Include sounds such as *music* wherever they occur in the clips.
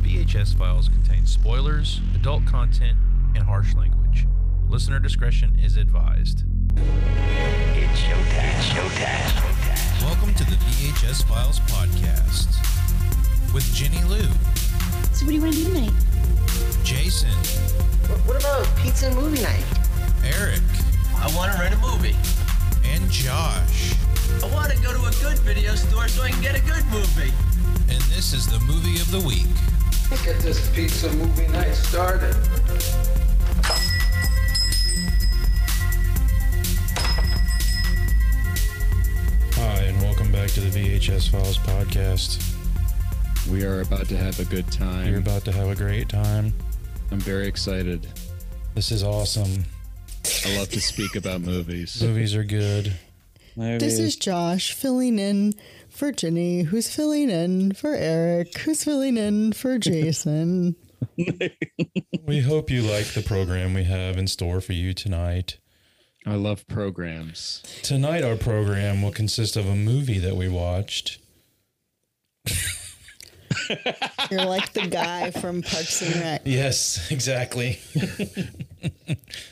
VHS files contain spoilers, adult content, and harsh language. Listener discretion is advised. It's showtime. It's showtime. Welcome to the VHS Files Podcast with Jenny Lou, So what do you want to do tonight? Jason, What about pizza and movie night? Eric, I want to rent a movie. and Josh. I want to go to a good video store so I can get a good movie. And this is the movie of the week. Get this pizza movie night started. Hi, and welcome back to the VHS Files podcast. We are about to have a good time. You're about to have a great time. I'm very excited. This is awesome. I love to speak *laughs* about movies. Movies are good. This is Josh filling in for Jenny, who's filling in for Eric, who's filling in for Jason. We hope you like the program we have in store for you tonight. I love programs. Tonight, our program will consist of a movie that we watched. You're like the guy from Parks and Rec. Yes, *laughs* exactly.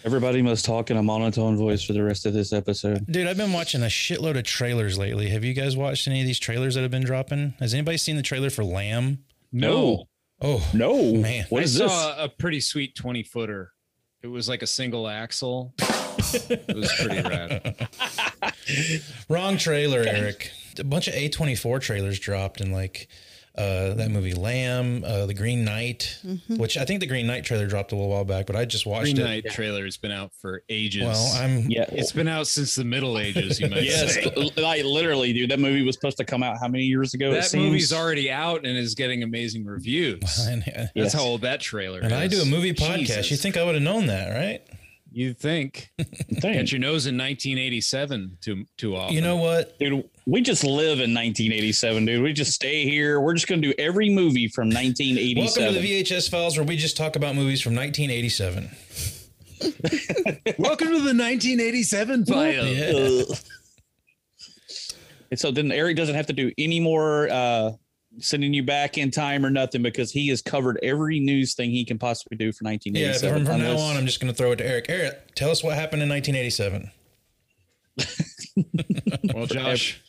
Everybody must talk in a monotone voice for the rest of this episode. Dude, I've been watching a shitload of trailers lately. Have you guys watched any of these trailers that have been dropping? Has anybody seen the trailer for Lamb? No, Oh, no, Man. What I is saw this? a pretty sweet 20 footer. It was like a single axle. *laughs* it was pretty rad. Wrong trailer, Eric. A bunch of A24 trailers dropped in like uh, that movie Lamb, uh, The Green Knight, which I think the Green Knight trailer dropped a little while back, but I just watched Green it. Knight trailer has been out for ages. Well, I'm Yeah. it's been out since the Middle Ages, you might yes, say. like literally, dude. That movie was supposed to come out how many years ago? That movie's already out and is getting amazing reviews. That's *laughs* and, uh, Yes. how old that trailer and is. I do a movie podcast. Jesus. You think I would have known that, right? You'd *laughs* think. Dang. Got your nose in 1987 too too often. You know what? Dude, we just live in 1987, dude. We just stay here. We're just gonna do every movie from Welcome 1987. to the VHS Files, where we just talk about movies from 1987. welcome to the 1987 file. Ugh. and so then Eric doesn't have to do any more uh, sending you back in time or nothing because he has covered every news thing he can possibly do for Yeah, from, 1987. from now this. on, I'm just going to throw it to Eric. Eric, tell us what happened in 1987. Well, Josh,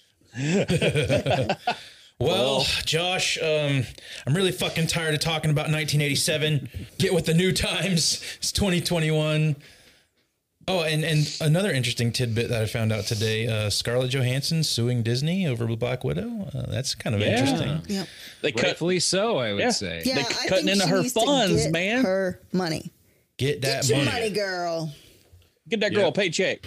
Well, Josh, um, I'm really fucking tired of talking about 1987. Get with the new times. It's 2021. Oh, and, and another interesting tidbit that I found out today uh, Scarlett Johansson suing Disney over Black Widow. Uh, that's kind of Yeah. interesting. Yep. They cut rightfully so, I would Yeah. say. Yeah, c- I cutting think into she her needs to funds, get man. Her money. Get that Get your money. money, girl. get that girl Yeah. a paycheck.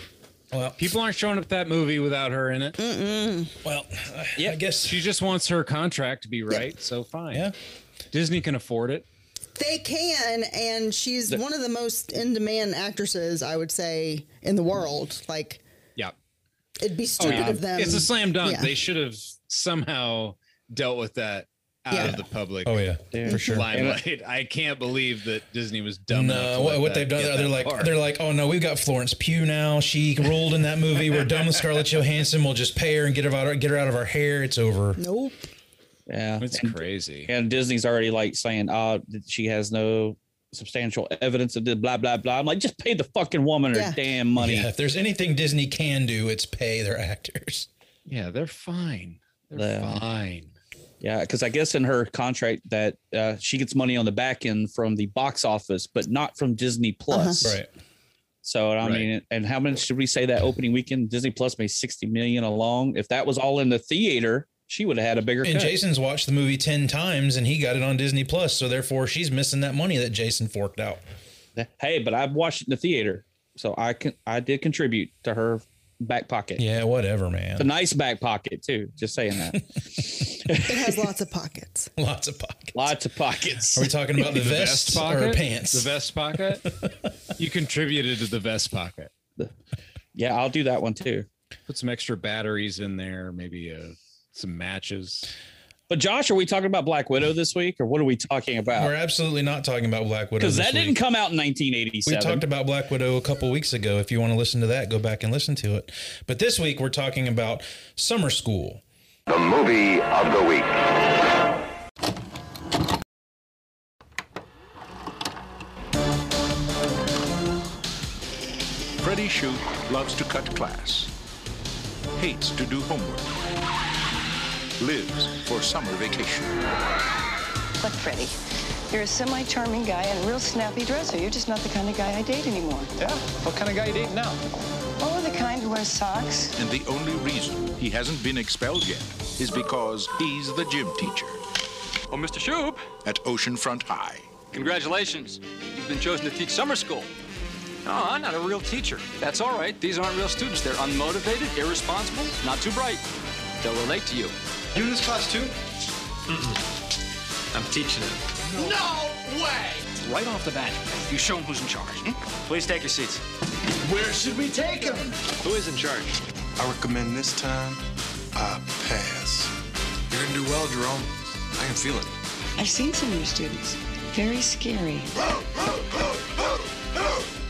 Well, People aren't showing up to that movie without her in it. Mm. well I- Yeah. I guess. She just wants her contract to be right, so fine. Yeah. Disney can afford it. They can, and she's one of the most in-demand actresses, I would say, in the world. Like, Yeah. Um, it'd be stupid of them. It's a slam dunk. Yeah. They should have somehow dealt with that out Yeah. of the public Oh, yeah. For sure. limelight. I can't believe that Disney was dumb enough. No, to what, let what that they've done, get they're that like, far. they're like, oh no, we've got Florence Pugh now. She rolled in that movie. We're done with Scarlett Johansson. We'll just pay her and get her out, get her out of our hair. It's over. nope. Yeah, it's and, crazy. and Disney's already like saying, "Ah, that she has no substantial evidence of the blah blah blah." I'm like, just pay the fucking woman her Yeah. damn money. Yeah, if there's anything Disney can do, it's pay their actors. Yeah, they're fine. They're Yeah. fine. Yeah, because I guess in her contract that uh, she gets money on the back end from the box office, but not from Disney Plus. Uh-huh. So I Right. mean, and how much did we say that opening weekend Disney Plus made sixty million along? If that was all in the theater, she would have had a bigger. And cut. Jason's watched the movie 10 times and he got it on Disney Plus. So therefore, she's missing that money that Jason forked out. hey, but I watched it in the theater, so I can I did contribute to her back pocket. Yeah, whatever, It's a man. nice back pocket too. Just saying that. It has lots of pockets. *laughs* Lots of pockets. Lots of pockets. Are we talking *laughs* about the, vest, or pants? The vest pocket. *laughs* you contributed to the vest pocket. Yeah, I'll do that one too. Put some extra batteries in there, maybe uh, some matches. But Josh, are we talking about Black Widow this week, or what are we talking We're about? absolutely not talking about Black Widow. Because this that didn't week. come out in We 1987. talked about Black Widow a couple weeks ago. If you want to listen to that, go back and listen to it. But this week, we're talking about summer school. The movie of the week. Betty *gasps* Shoup loves to cut class, hates to do homework, lives for summer vacation. Look, Freddie, you're a semi-charming guy and a real snappy dresser. You're just not the kind of guy I date anymore. Yeah? What kind of guy you dating now? Oh, the kind who wears socks. And the only reason he hasn't been expelled yet is because he's the gym teacher. Oh, Mr. Shoup. At Oceanfront High. Congratulations. You've been chosen to teach summer school. No, I'm not a real teacher. That's all right. These aren't real students. They're unmotivated, irresponsible, not too bright. They'll relate to you. You in this class too? I'm teaching them. No way! Right off the bat, you show them who's in charge. Please take your seats. Where should we take him? Who is in charge? I recommend this time I pass. You're gonna do well, Jerome. I can feel it. I've seen some of your students. Very scary.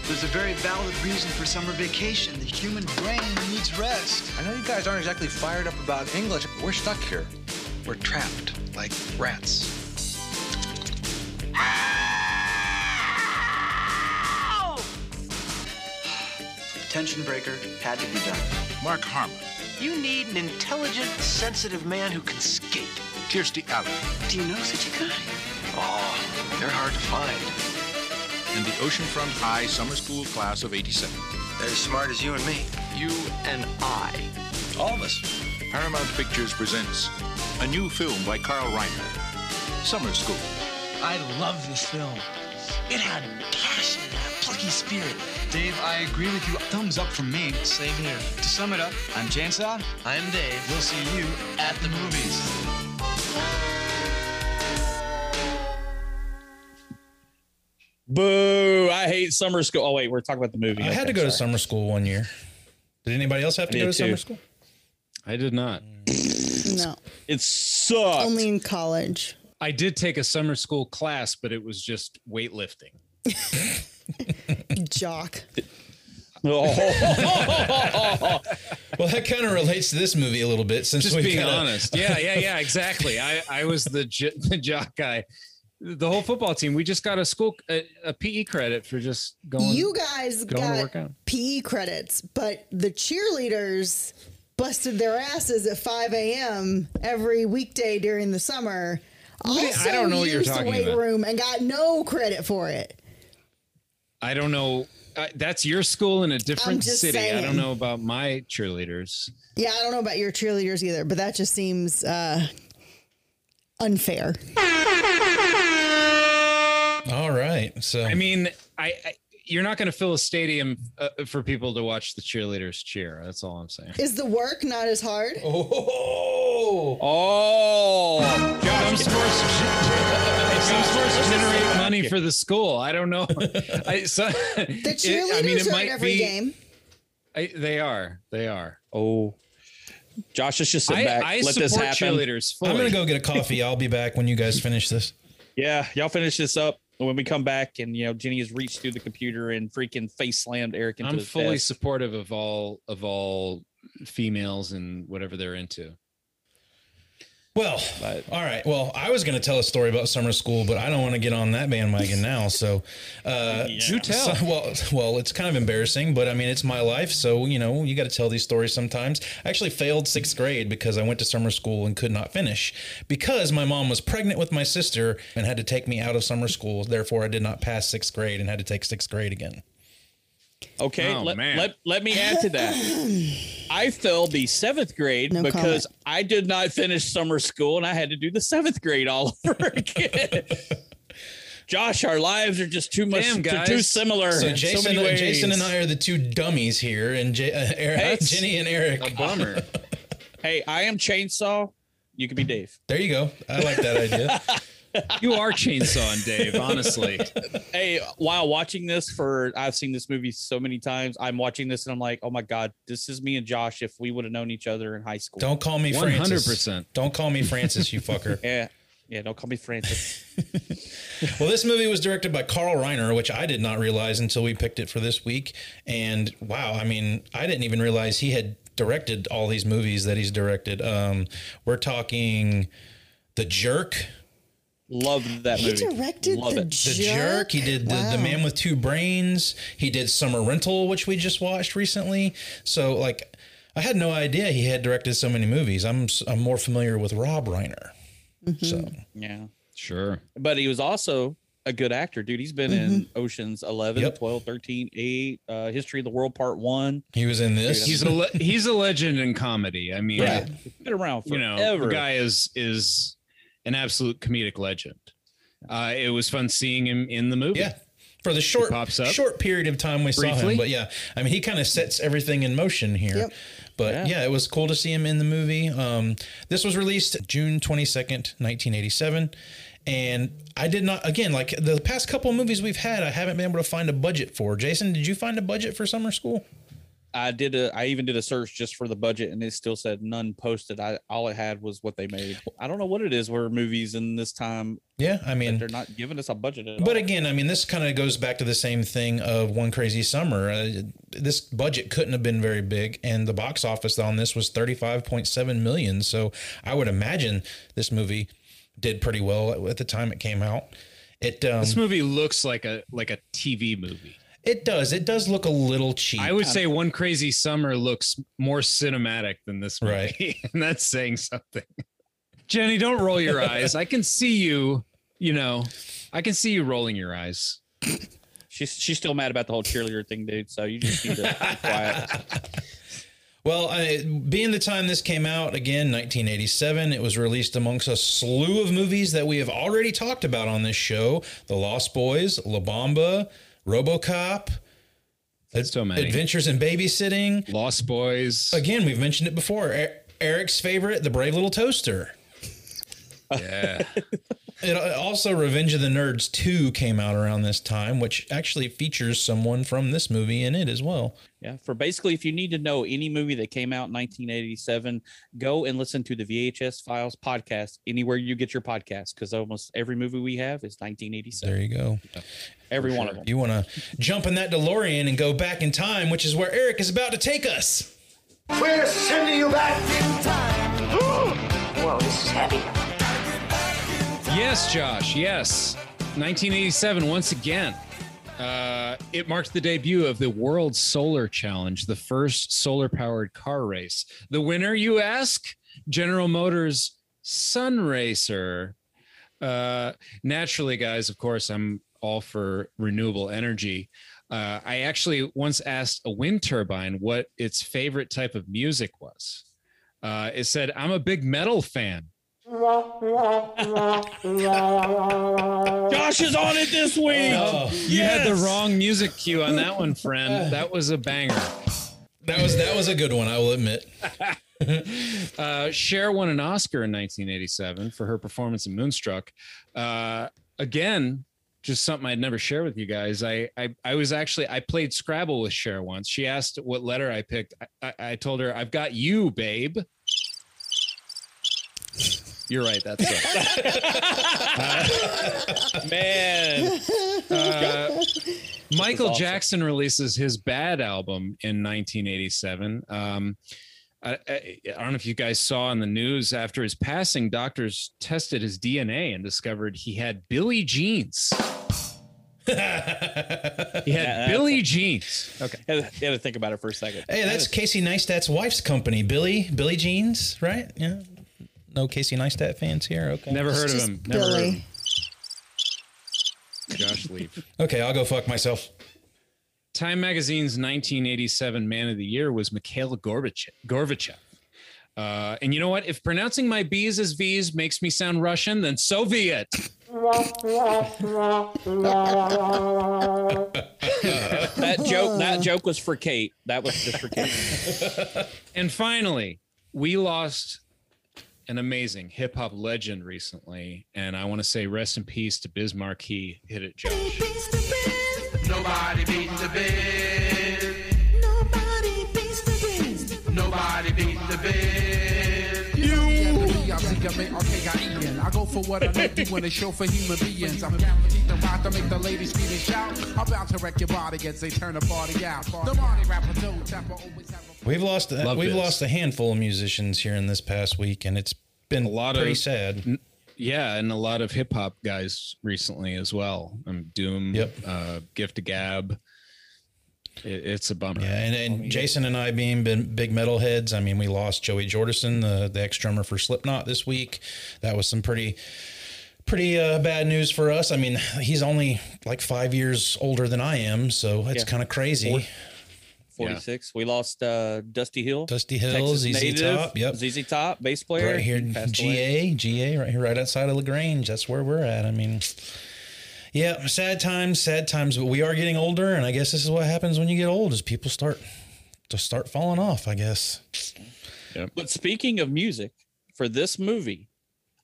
There's a very valid reason for summer vacation. The human brain needs rest. I know you guys aren't exactly fired up about English, but we're stuck here. We're trapped like rats. Tension breaker had to be done. Mark Harmon, You need an intelligent, sensitive man who can skate. Kirstie Alley, Do you know such a guy? Oh, they're hard to find. and the Oceanfront High Summer School class of 87. They're as smart as you and me. You and I. All of us. Paramount Pictures presents a new film by Carl Reiner, Summer School. I love this film. It had passion, a plucky spirit. Dave, I agree with you. Thumbs up from me. Same here. To sum it up, I'm Chainsaw. I'm Dave. We'll see you at the movies. Boo! I hate summer school. Oh wait, we're talking about the movie. I had to go to summer school one year. Did anybody else have to I go to did summer too. school? I did not. Mm. No. It sucks. Only in college. I did take a summer school class, but it was just *laughs* weightlifting. Jock. Oh, well, that kind of relates to this movie a little bit since Just we being kinda- honest. Yeah, yeah, *laughs* yeah, exactly. I, I was the, j- *laughs* the jock guy. The whole football team, we just got a school, a, a PE credit for just going. you guys going to got work out. PE credits, but the cheerleaders busted their asses at 5 a.m. every weekday during the summer. What do you- I Also don't know what you're used the talking weight about. room and got no credit for it. I don't know. I, that's your school in a different just city. I saying. don't know about my cheerleaders. Yeah, I don't know about your cheerleaders either, but that just seems uh, unfair. All right. So I mean, I, I you're not going to fill a stadium uh, for people to watch the cheerleaders cheer. That's all I'm saying. Is the work not as hard? Oh, Oh, comes first. It comes first. Generate money for the school. I don't know. I, so, *laughs* The cheerleaders are at every game. I, they are. They are. Oh, Josh, let's just sit I- back. I Let this support happen. cheerleaders *laughs* I'm gonna go get a coffee. I'll be back when you guys finish this. Yeah, y'all finish this up. And when we come back, and you know, Jenny has reached through the computer and freaking face slammed Eric into I'm his fully desk. supportive of all of all females and whatever they're into. Well, all right. Well, I was going to tell a story about summer school, but I don't want to get on that bandwagon now. So, uh, Do tell. so- well, well, it's kind of embarrassing, but I mean, it's my life, so you know, you got to tell these stories sometimes. I actually failed sixth grade because I went to summer school and could not finish because my mom was pregnant with my sister and had to take me out of summer school. Therefore, I did not pass sixth grade and had to take sixth grade again. Okay, Oh, let, man. let let me add *sighs* to that. I failed the seventh grade No because comment. I did not finish summer school and I had to do the seventh grade all *laughs* over again. Josh, our lives are just too much, Damn, they're too guys. similar. So in Jason, so many Jason and ways. I are the two dummies here, and J- uh, Eric, Hey, it's- Jenny and Eric. A bummer. Hey, I am Chainsaw. You can be Dave. There you go. I like that idea. *laughs* you are chainsawing, Dave. Honestly, hey, while watching this for I've seen this movie so many times. I'm watching this and I'm like, oh my god, this is me and Josh if we would have known each other in high school. Don't call me one hundred Francis. percent. Don't call me Francis, you fucker. *laughs* Yeah. Yeah, don't call me Francis. well, this movie was directed by Carl Reiner, which I did not realize until we picked it for this week. And wow, I mean, I didn't even realize he had directed all these movies that he's directed. Um, we're talking The Jerk, Love that He movie. directed Love The it. The Jerk. He did the, the Man with Two Brains. He did Summer Rental, which we just watched recently. So like, I had no idea he had directed so many movies. I'm s- I'm more familiar with Rob Reiner. So yeah, sure. But he was also a good actor, dude. He's been in Oceans 11, Mm-hmm. Yep. 12, 13, 8, uh, History of the World Part 1. He was in this. He's a le- he's a legend in comedy. I mean, Right. Been around you know, forever. the guy is is an absolute comedic legend. Uh, it was fun seeing him in the movie. Yeah. For the short pops up. short period of time we saw Briefly. him, but yeah, I mean he kind of sets everything in motion here. Yep. But Yeah. yeah. it was cool to see him in the movie. Um, this was released June twenty second, nineteen eighty seven, and I did not again like the past couple of movies we've had. I haven't been able to find a budget for. Jason, did you find a budget for Summer School? I did a, I even did a search just for the budget and it still said none posted. I all it had was what they made. I don't know what it is where movies in this time, Yeah, I mean they're not giving us a budget at all. But again, I mean, this kind of goes back to the same thing of One Crazy Summer. Uh, this budget couldn't have been very big, and the box office on this was thirty-five point seven million. So I would imagine this movie did pretty well at the time it came out. It um, This movie looks like a like a TV movie. it does it does look a little cheap. I would say One Crazy Summer looks more cinematic than this movie, Right. *laughs* and that's saying something. Jenny, don't roll your eyes. I can see you. You know, I can see you rolling your eyes. She's she's still mad about the whole cheerleader thing, dude. So you just need to be *laughs* quiet. Well, I, being the time this came out, again, 1987, it was released amongst a slew of movies that we have already talked about on this show The Lost Boys, La Bamba, Robocop, so many. Adventures in Babysitting, Lost Boys. Again, we've mentioned it before. E- Eric's favorite, The Brave Little Toaster. Yeah. It uh, also Revenge of the Nerds 2 came out around this time, which actually features someone from this movie in it as well. Yeah, for basically, if you need to know any movie that came out in 1987, go and listen to the VHS Files podcast anywhere you get your podcast because almost every movie we have is *laughs* 1987. There you go. Every one of them. You want to jump in that DeLorean and go back in time, which is where Eric is about to take us. We're sending you back in time. Whoa, this is heavy. Yes, Josh. Yes. 1987, once again. Uh, it marked the debut of the World Solar Challenge, the first solar powered car race. The winner, you ask? General Motors Sun Racer. Uh, naturally, guys, of course, I'm all for renewable energy. Uh, I actually once asked a wind turbine what its favorite type of music was. Uh, it said, I'm a big metal fan. Josh is on it this week. *laughs* Oh, You had the wrong music cue on that one, friend. That was a banger. That was that was a good one, I will admit. Uh, Cher won an Oscar in 1987 for her performance in Moonstruck. Uh, again, just something I'd never share with you guys. I, I I was actually I played Scrabble with Cher once. She asked what letter I picked. I, I, I told her I've got you, babe. You're right. That's it. Man. Uh, Michael awesome. Jackson releases his Bad album in 1987. Um, I, I, I don't know if you guys saw in the news after his passing, doctors tested his DNA and discovered he had Billy *laughs* Jeans. he had Yeah, Billy Jeans. Okay. You had to think about it for a second. Hey, that's Casey Neistat's wife's company, Billy Billy Jeans, right? Yeah. No Casey Neistat fans here. Okay. Never heard of him. Never heard of him. Josh, leave. Okay, I'll go fuck myself. *laughs* Time Magazine's 1987 Man of the Year was Mikhail Gorbachev. Gorbachev. Uh, and you know what? If pronouncing my B's as V's makes me sound Russian, then so be it. That joke, that joke was for Kate. That was just for Kate. And finally, we lost an amazing hip hop legend recently. And I want to say rest in peace to Biz Markie. Hit it, Josh. Nobody beats the band. Nobody beats the band. Nobody beats the band. You. I go for what I need to when it's show for human beings. I'm guaranteed to rock to make the ladies scream and shout. I'm about to wreck your body as they turn the party out. The party rapper, do tapper, always have We've lost Love we've Biz. lost a handful of musicians here in this past week, and it's been a lot lot pretty of- sad. N- yeah, and a lot of hip hop guys recently as well. Um, Doom, Yep. uh, Gift to Gab. It, it's a bummer. Yeah, and, Oh, and Jason and I being been big metalheads, I mean, we lost Joey Jordison, the, the ex drummer for Slipknot, this week. That was some pretty pretty uh, bad news for us. I mean, he's only like five years older than I am, so it's Yeah. kind of crazy. Forty- 46. We lost uh, Dusty Hill. Dusty Hill, Texas ZZ native, Top, yep. ZZ Top, bass player. Right here, passed GA, away. GA, right here, right outside of Lagrange. That's where we're at. I mean, yeah, sad times, sad times, but we are getting older, and I guess this is what happens when you get old: is people start to start falling off. I guess. But speaking of music, for this movie,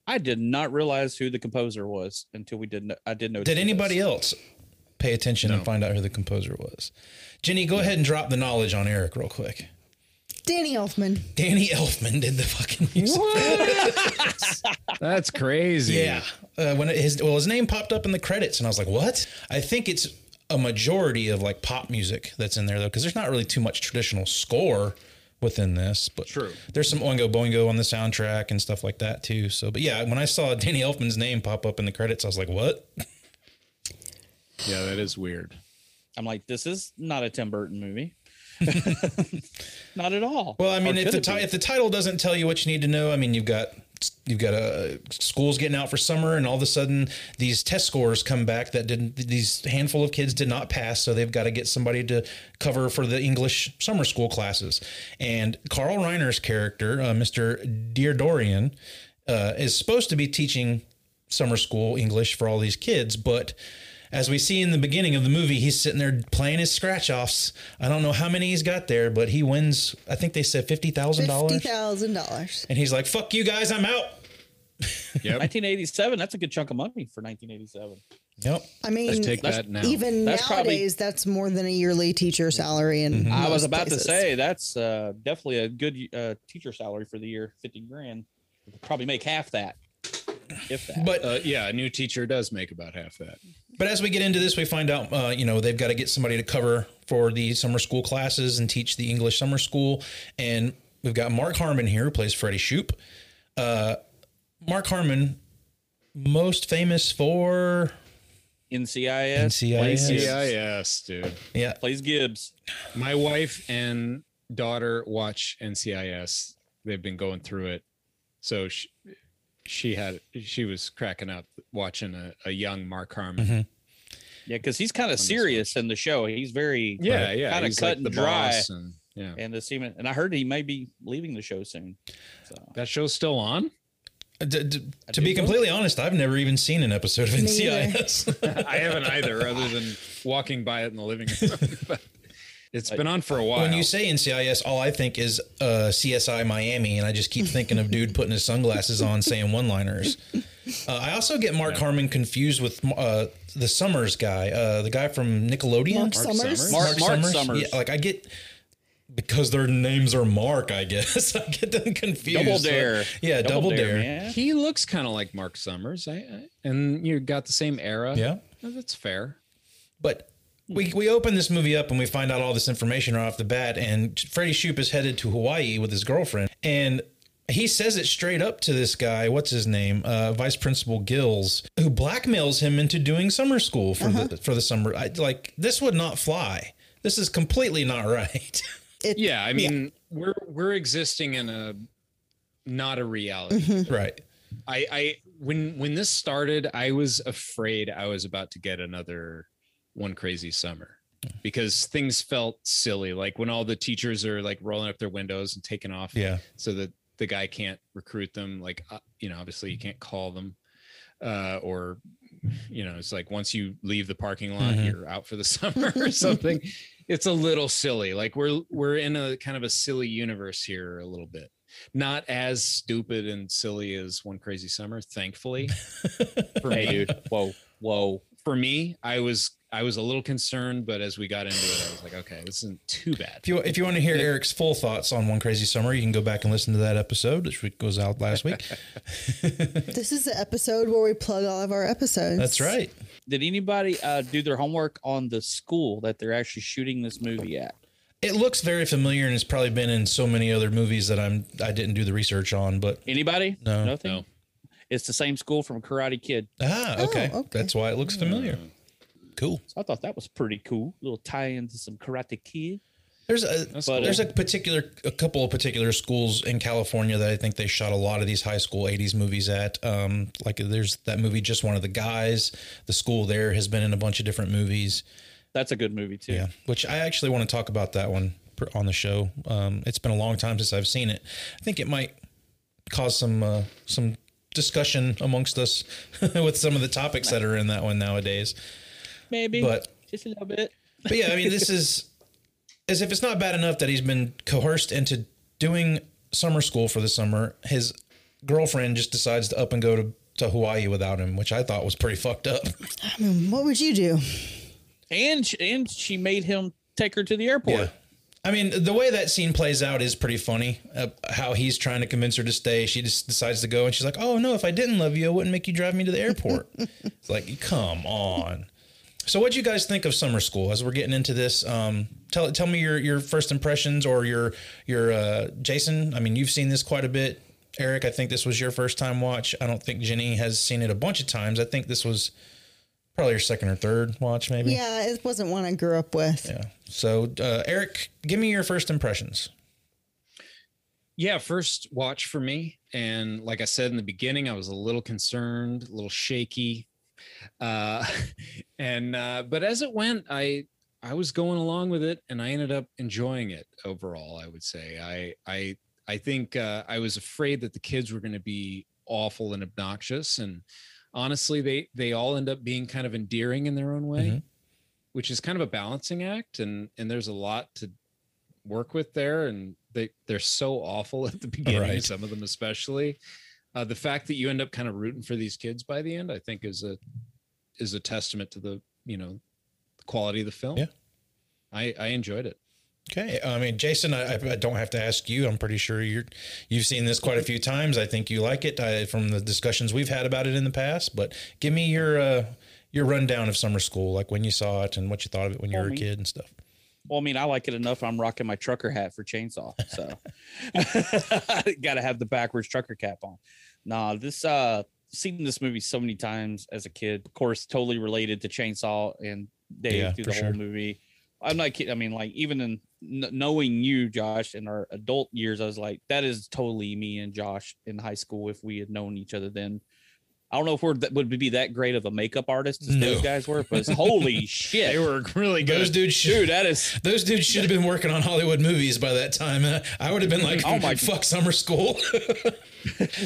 I did not realize who the composer was until we did. No- I did notice. Did anybody else pay attention and find out who the composer was? Jenny, go ahead and drop the knowledge on Eric real quick. Danny Elfman. Danny Elfman did the fucking music. That's crazy. Yeah. Uh, when it, his well, his name popped up in the credits, and I was like, "What?" I think it's a majority of like pop music that's in there though, because there's not really too much traditional score within this. But true, there's some Oingo Boingo on the soundtrack and stuff like that too. So, but yeah, when I saw Danny Elfman's name pop up in the credits, I was like, "What?" Yeah, that is weird. I'm like, this is not a Tim *laughs* Burton movie. *laughs* not at all. Well, I mean, Or if could the it ti- be? if the title doesn't tell you what you need to know, I mean, you've got you've got uh, schools getting out for summer, and all of a sudden these test scores come back that didn't these handful of kids did not pass, so they've got to get somebody to cover for the English summer school classes. And Carl Reiner's character, uh, Mister Deardorian, uh, is supposed to be teaching summer school English for all these kids, but as we see in the beginning of the movie, he's sitting there playing his scratch offs. I don't know how many he's got there, but he wins. I think they said fifty thousand dollars, $50,000. and he's like, "Fuck you guys, I'm out." *laughs* Yep. 1987. That's a good chunk of money for 1987. Yep. I mean, Let's take that now. Mm-hmm. even That's probably- nowadays, that's more than a yearly teacher salary. And I was about to say that's uh, definitely a good uh, teacher salary for the year, fifty grand. Probably make half that, if that. But uh, yeah, a new teacher does make about half that. But as we get into this, we find out, uh, you know, they've got to get somebody to cover for the summer school classes and teach the English summer school. And we've got Mark Harmon here, who plays Freddie Shoop. Uh, Mark Harmon, most famous for NCIS. NCIS. NCIS, dude. Yeah. Plays Gibbs. My wife and daughter watch NCIS. They've been going through it. So she, she had she was cracking up watching a, a young Mark Harmon. Yeah, because he's kind of serious in the show. He's very Yeah, yeah, kind of he's cut like and the dry. boss and- yeah. and the semen. And I heard he may be leaving the show soon. That show's still *laughs* on. D- d- to be completely honest, I've never even seen an episode of Me NCIS. either. I haven't either, other than walking by it in the living room. *laughs* but it's been on for a while. When you say NCIS, all I think is uh, CSI Miami, and I just keep thinking of dude putting his sunglasses on, saying one-liners. Uh, I also get Mark Harmon confused with uh, the Summers guy, uh, the guy from Nickelodeon. Mark Mark Summers? Summers? Mark, Mark Summers. Summers. Yeah, like I get because their names are Mark. I guess *laughs* I get them confused. Double So- Dare. yeah, Double, Double Dare, Dare. man. He looks kind of like Mark Summers. I, I and you got the same era. Yeah. No, that's fair. But we, we open this movie up and we find out all this information right off the bat. And Freddie Shoop is headed to Hawaii with his girlfriend. And he says it straight up to this guy, what's his name? Uh, Vice Principal Gills, who blackmails him into doing summer school for, the, for the summer. I, like, this would not fly. This is completely not *laughs* right. yeah, I mean, we're we're existing in a not a reality. right. I, I when when this started, I was afraid I was about to get another one crazy summer because things felt silly. Like when all the teachers are like rolling up their windows and taking off, Yeah. so that the guy can't recruit them. Like uh, you know, obviously you can't call them, uh, or you know, it's like once you leave the parking lot, Mhm. you're out for the *laughs* summer or something. It's a little silly. Like we're we're in a kind of a silly universe here a little bit not as stupid and silly as One Crazy Summer, thankfully. For Hey, dude. Whoa, whoa. For me, I was I was a little concerned, but as we got into it, I was like, okay, this isn't too bad. If you, if you want to hear Eric's full thoughts on One Crazy Summer, you can go back and listen to that episode, which goes out last *laughs* week. This is the episode where we plug all of our episodes. Did anybody uh, do their homework on the school that they're actually shooting this movie at? It looks very familiar and it's probably been in so many other movies that I'm I didn't do the research on, but Anybody? No. Nothing. It's the same school from Karate Kid. Ah, okay. That's why it looks familiar. Hmm. Cool. So I thought that was pretty cool. little tie into some Karate Kid. There's a there's a particular a couple of particular schools in California that I think they shot a lot of these high school '80s movies at. Um, like there's that movie, just one of the guys. The school there has been in a bunch of different movies. That's a good movie too. Yeah, which I actually want to talk about that one pr- on the show. Um, it's been a long time since I've seen it. I think it might cause some uh, some discussion amongst us *laughs* with some of the topics that are in that one nowadays. Maybe, But- just a little bit. But yeah, I mean, this is as if it's not bad enough that he's been coerced into doing summer school for the summer. His girlfriend just decides to up and go to, to Hawaii without him, which I thought was pretty fucked up. I mean, Mm, what would you do? and sh- and she made him take her to the airport. I mean, the way that scene plays out is pretty funny. Uh, how he's trying to convince her to stay, she just decides to go, and she's like, "Oh no, if I didn't love you, I wouldn't make you drive me to the airport." it's like, come on. So, what do you guys think of summer school? As we're getting into this, um, tell tell me your your first impressions or your your uh, Jason. I mean, you've seen this quite a bit. Eric, I think this was your first time watch. I don't think Jenny has seen it a bunch of times. I think this was probably your second or third watch, maybe. Yeah, it wasn't one I grew up with. Yeah. So, uh, Eric, give me your first impressions. Yeah, first watch for me. And like I said in the beginning, I was a little concerned, a little shaky. Uh *laughs* and uh but as it went, I I was going along with it and I ended up enjoying it overall, I would say. I I I think uh I was afraid that the kids were going to be awful and obnoxious and honestly they they all end up being kind of endearing in their own way, which is kind of a balancing act and and there's a lot to work with there and they they're so awful *laughs* at the beginning Right. some of them especially uh, the fact that you end up kind of rooting for these kids by the end i think is a is a testament to the you know the quality of the film yeah i i enjoyed it Okay. I mean, Jason, I, I don't have to ask you. I'm pretty sure you're you've seen this quite a few times. I think you like it I, from the discussions we've had about it in the past. But give me your uh, your rundown of summer school, like when you saw it and what you thought of it when you were a Homie. kid and stuff. Well, I mean, I like it enough. I'm rocking my trucker hat for chainsaw, so *laughs* got to have the backwards trucker cap on. Nah, this uh, seen this movie so many times as a kid. Of course, totally related to chainsaw and Dave Yeah, through for the whole sure. movie. I'm not kidding. I mean, like even in kn- knowing you, Josh, in our adult years, I was like, that is totally me and Josh in high school. If we had known each other then, I don't know if we're that would be that great of a makeup artist as No. those guys were, but *laughs* it's, holy shit, they were really good. Those dudes, should, Dude, that is those dudes should have been working on Hollywood movies by that time. *laughs* Uh, I would have been like, Oh oh my- my *laughs* fuck, summer school.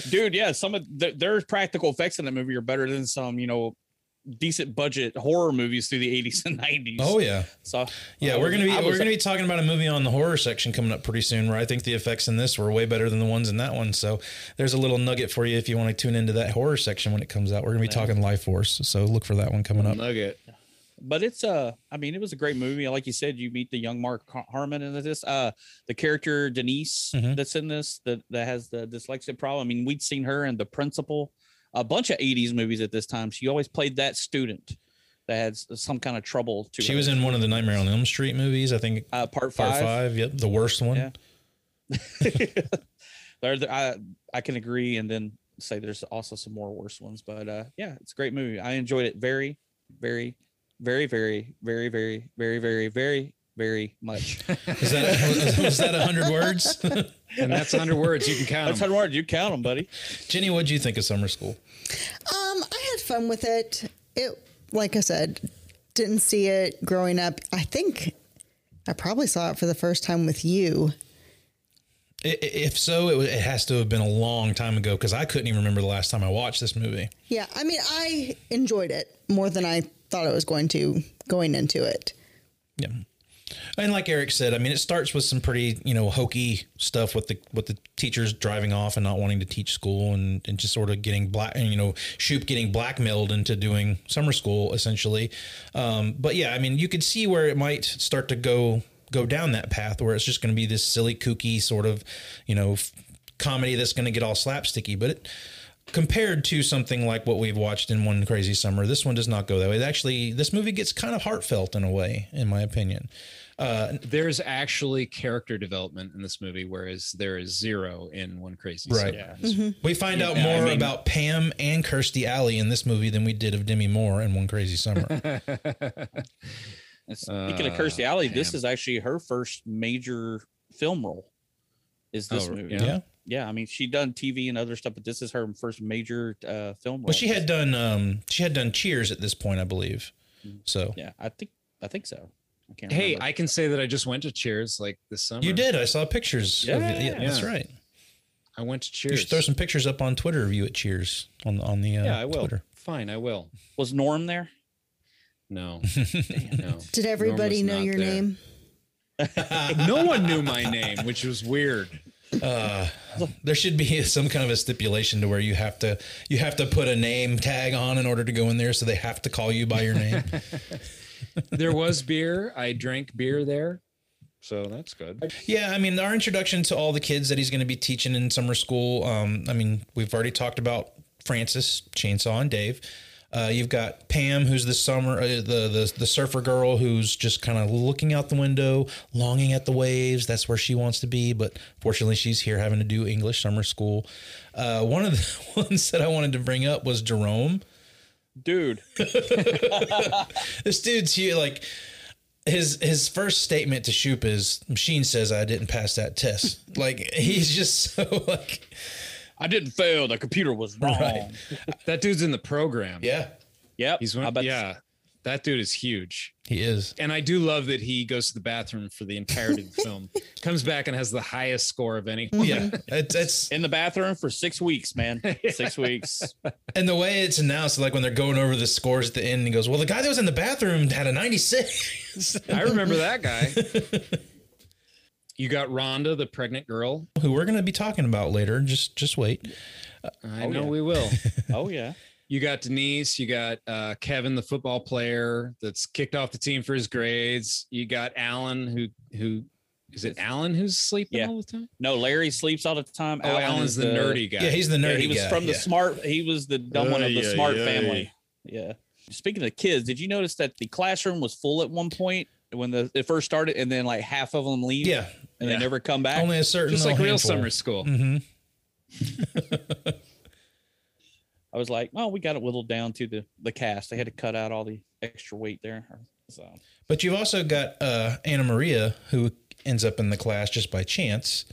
dude yeah some of th- their practical effects in that movie are better than some you know decent budget horror movies through the 80s and 90s Oh, yeah. so Yeah, I we're gonna was- be I we're was- gonna be talking about a movie on the horror section coming up pretty soon. Where I think the effects in this were way better than the ones in that one. So there's a little nugget for you if you want to tune into that horror section when it comes out. We're gonna be talking Life Force, so look for that one coming up. nugget but it's uh i mean it was a great movie like you said you meet the young mark Har- harmon in this uh the character denise Mhm. that's in this that that has the dyslexic problem i mean we'd seen her in the principal a bunch of 80s movies at this time she always played that student that had s- some kind of trouble to She her. was in one of the Nightmare on Elm Street movies, I think. Uh, Part part five. five, yep, the worst one. Yeah. *laughs* there, there- I I can agree, and then say there's also some more worse ones. But uh, yeah, it's a great movie. I enjoyed it very, very, very, very, very, very, very, very, very, very much. Is *laughs* that was that hundred words? *laughs* and that's 100 words you can count That's 'em. hundred words. You count them, buddy. Jenny, what'd you think of summer school? Um, I had fun with it. It, like I said, didn't see it growing up. I think I probably saw it for the first time with you. I- i- If so, it, wa- it has to have been a long time ago because I couldn't even remember the last time I watched this movie. Yeah, I mean, I enjoyed it more than I thought I was going to going into it. Yeah. And like Eric said, I mean, it starts with some pretty, you know, hokey stuff with the with the teachers driving off and not wanting to teach school and, and just sort of getting black and you know, Shoop getting blackmailed into doing summer school essentially. Um, but yeah, I mean, you could see where it might start to go go down that path where it's just going to be this silly, kooky sort of, you know, f- comedy that's going to get all slapsticky. But it, compared to something like what we've watched in one crazy summer this one does not go that way it actually this movie gets kind of heartfelt in a way in my opinion uh, there's actually character development in this movie whereas there is zero in one crazy right summer. mm-hmm. we find yeah, out more I mean, about pam and kirstie alley in this movie than we did of demi moore in one *laughs* crazy summer Mm-hmm. speaking uh, of kirstie alley this is actually her first major film role is this oh, movie yeah. yeah yeah, I mean, she done TV and other stuff, but this is her first major uh, film. Well, she had done um, she had done Cheers at this point, I believe. So yeah, I think I think so. I hey, remember. I can say that I just went to Cheers like this summer. You did. I saw pictures. Yeah, yeah, that's right. I went to Cheers. You should throw some pictures up on Twitter of you at Cheers on on the uh, yeah. I will. Twitter. Fine, I will. Was Norm there? *laughs* No. no. Did everybody know your there. name? *laughs* no one knew my name, which was weird. Uh, there should be *laughs* some kind of a stipulation to where you have to you have to put a name tag on in order to go in there, so they have to call you by *laughs* your name. there was beer. I drank beer there. So that's good. Yeah, I mean, our introduction to all the kids that he's going to be teaching in summer school. Um, I mean, we've already talked about Francis, Chainsaw, and Dave. Uh, you've got Pam, who's the summer, uh, the, the the surfer girl, who's just kind of looking out the window, longing at the waves. That's where she wants to be, but fortunately, she's here having to do English summer school. Uh, one of the *laughs* ones that I wanted to bring up was Jerome. Dude, this dude's here. Like his his first statement to Shoop is, "Machine says I didn't pass that test." *laughs* like he's just *laughs* so like. I didn't fail. The computer was wrong. Right. that dude's in the program. Yeah. Yep. He's one, yeah. That dude is huge. He *laughs* is. And I do love that he goes to the bathroom for the entirety *laughs* of the film, comes back and has the highest score of *laughs* anyone. Yeah. It's, it's in the bathroom for six weeks, man. Six weeks. And the way it's announced, like when they're going over the scores at the end, he goes, Well, the guy that was in the bathroom had a 96. I remember that *laughs* guy. You got Rhonda, the pregnant girl, *laughs* who we're going to be talking about later. Just just wait. I oh, know yeah. we *laughs* will. oh yeah. You got Denise. You got uh, Kevin, the football player that's kicked off the team for his grades. You got Alan, who who is it? Alan who's sleeping yeah. all the time? No, Larry sleeps all the time. Oh, Alan Alan's the, the, nerdy guy. Yeah, he's the nerdy. Yeah, he was guy. from the smart. He was the dumb uh, one of the smart family. Yeah. Speaking of kids, did you notice that the classroom was full at one point? when the it first started, and then like half of them leave. Yeah, and yeah. they never come back. Only a certain just like real handful. summer school. Mm-hmm. I was like, oh, we got it whittled down to the the cast. They had to cut out all the extra weight there. So, but you've also got uh, Anna Maria, who ends up in the class just by chance.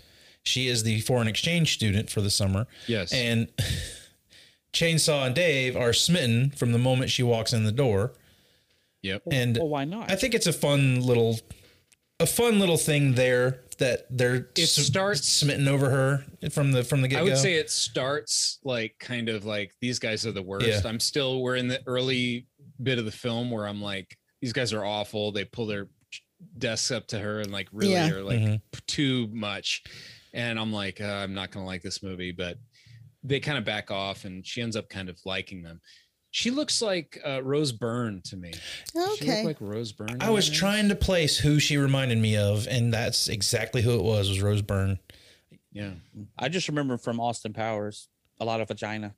She is the foreign exchange student for the summer. Yes, and *sighs* Chainsaw and Dave are smitten from the moment she walks in the door. Yep. And well, why not? I think it's a fun little, a fun little thing there that they're it s- starts smitten over her from the from the get. I would say it starts like kind of like these guys are the worst. Yeah. I'm still we're in the early bit of the film where I'm like these guys are awful. They pull their desks up to her and like really yeah. are like mm-hmm. too much, and I'm like uh, I'm not gonna like this movie, but they kind of back off and she ends up kind of liking them. She looks like uh, Rose Byrne to me. Okay. She look like Rose Byrne. I was trying to place who she reminded me of, and that's exactly who it was. Was Rose Byrne? Yeah. I just remember from Austin Powers a lot of vagina.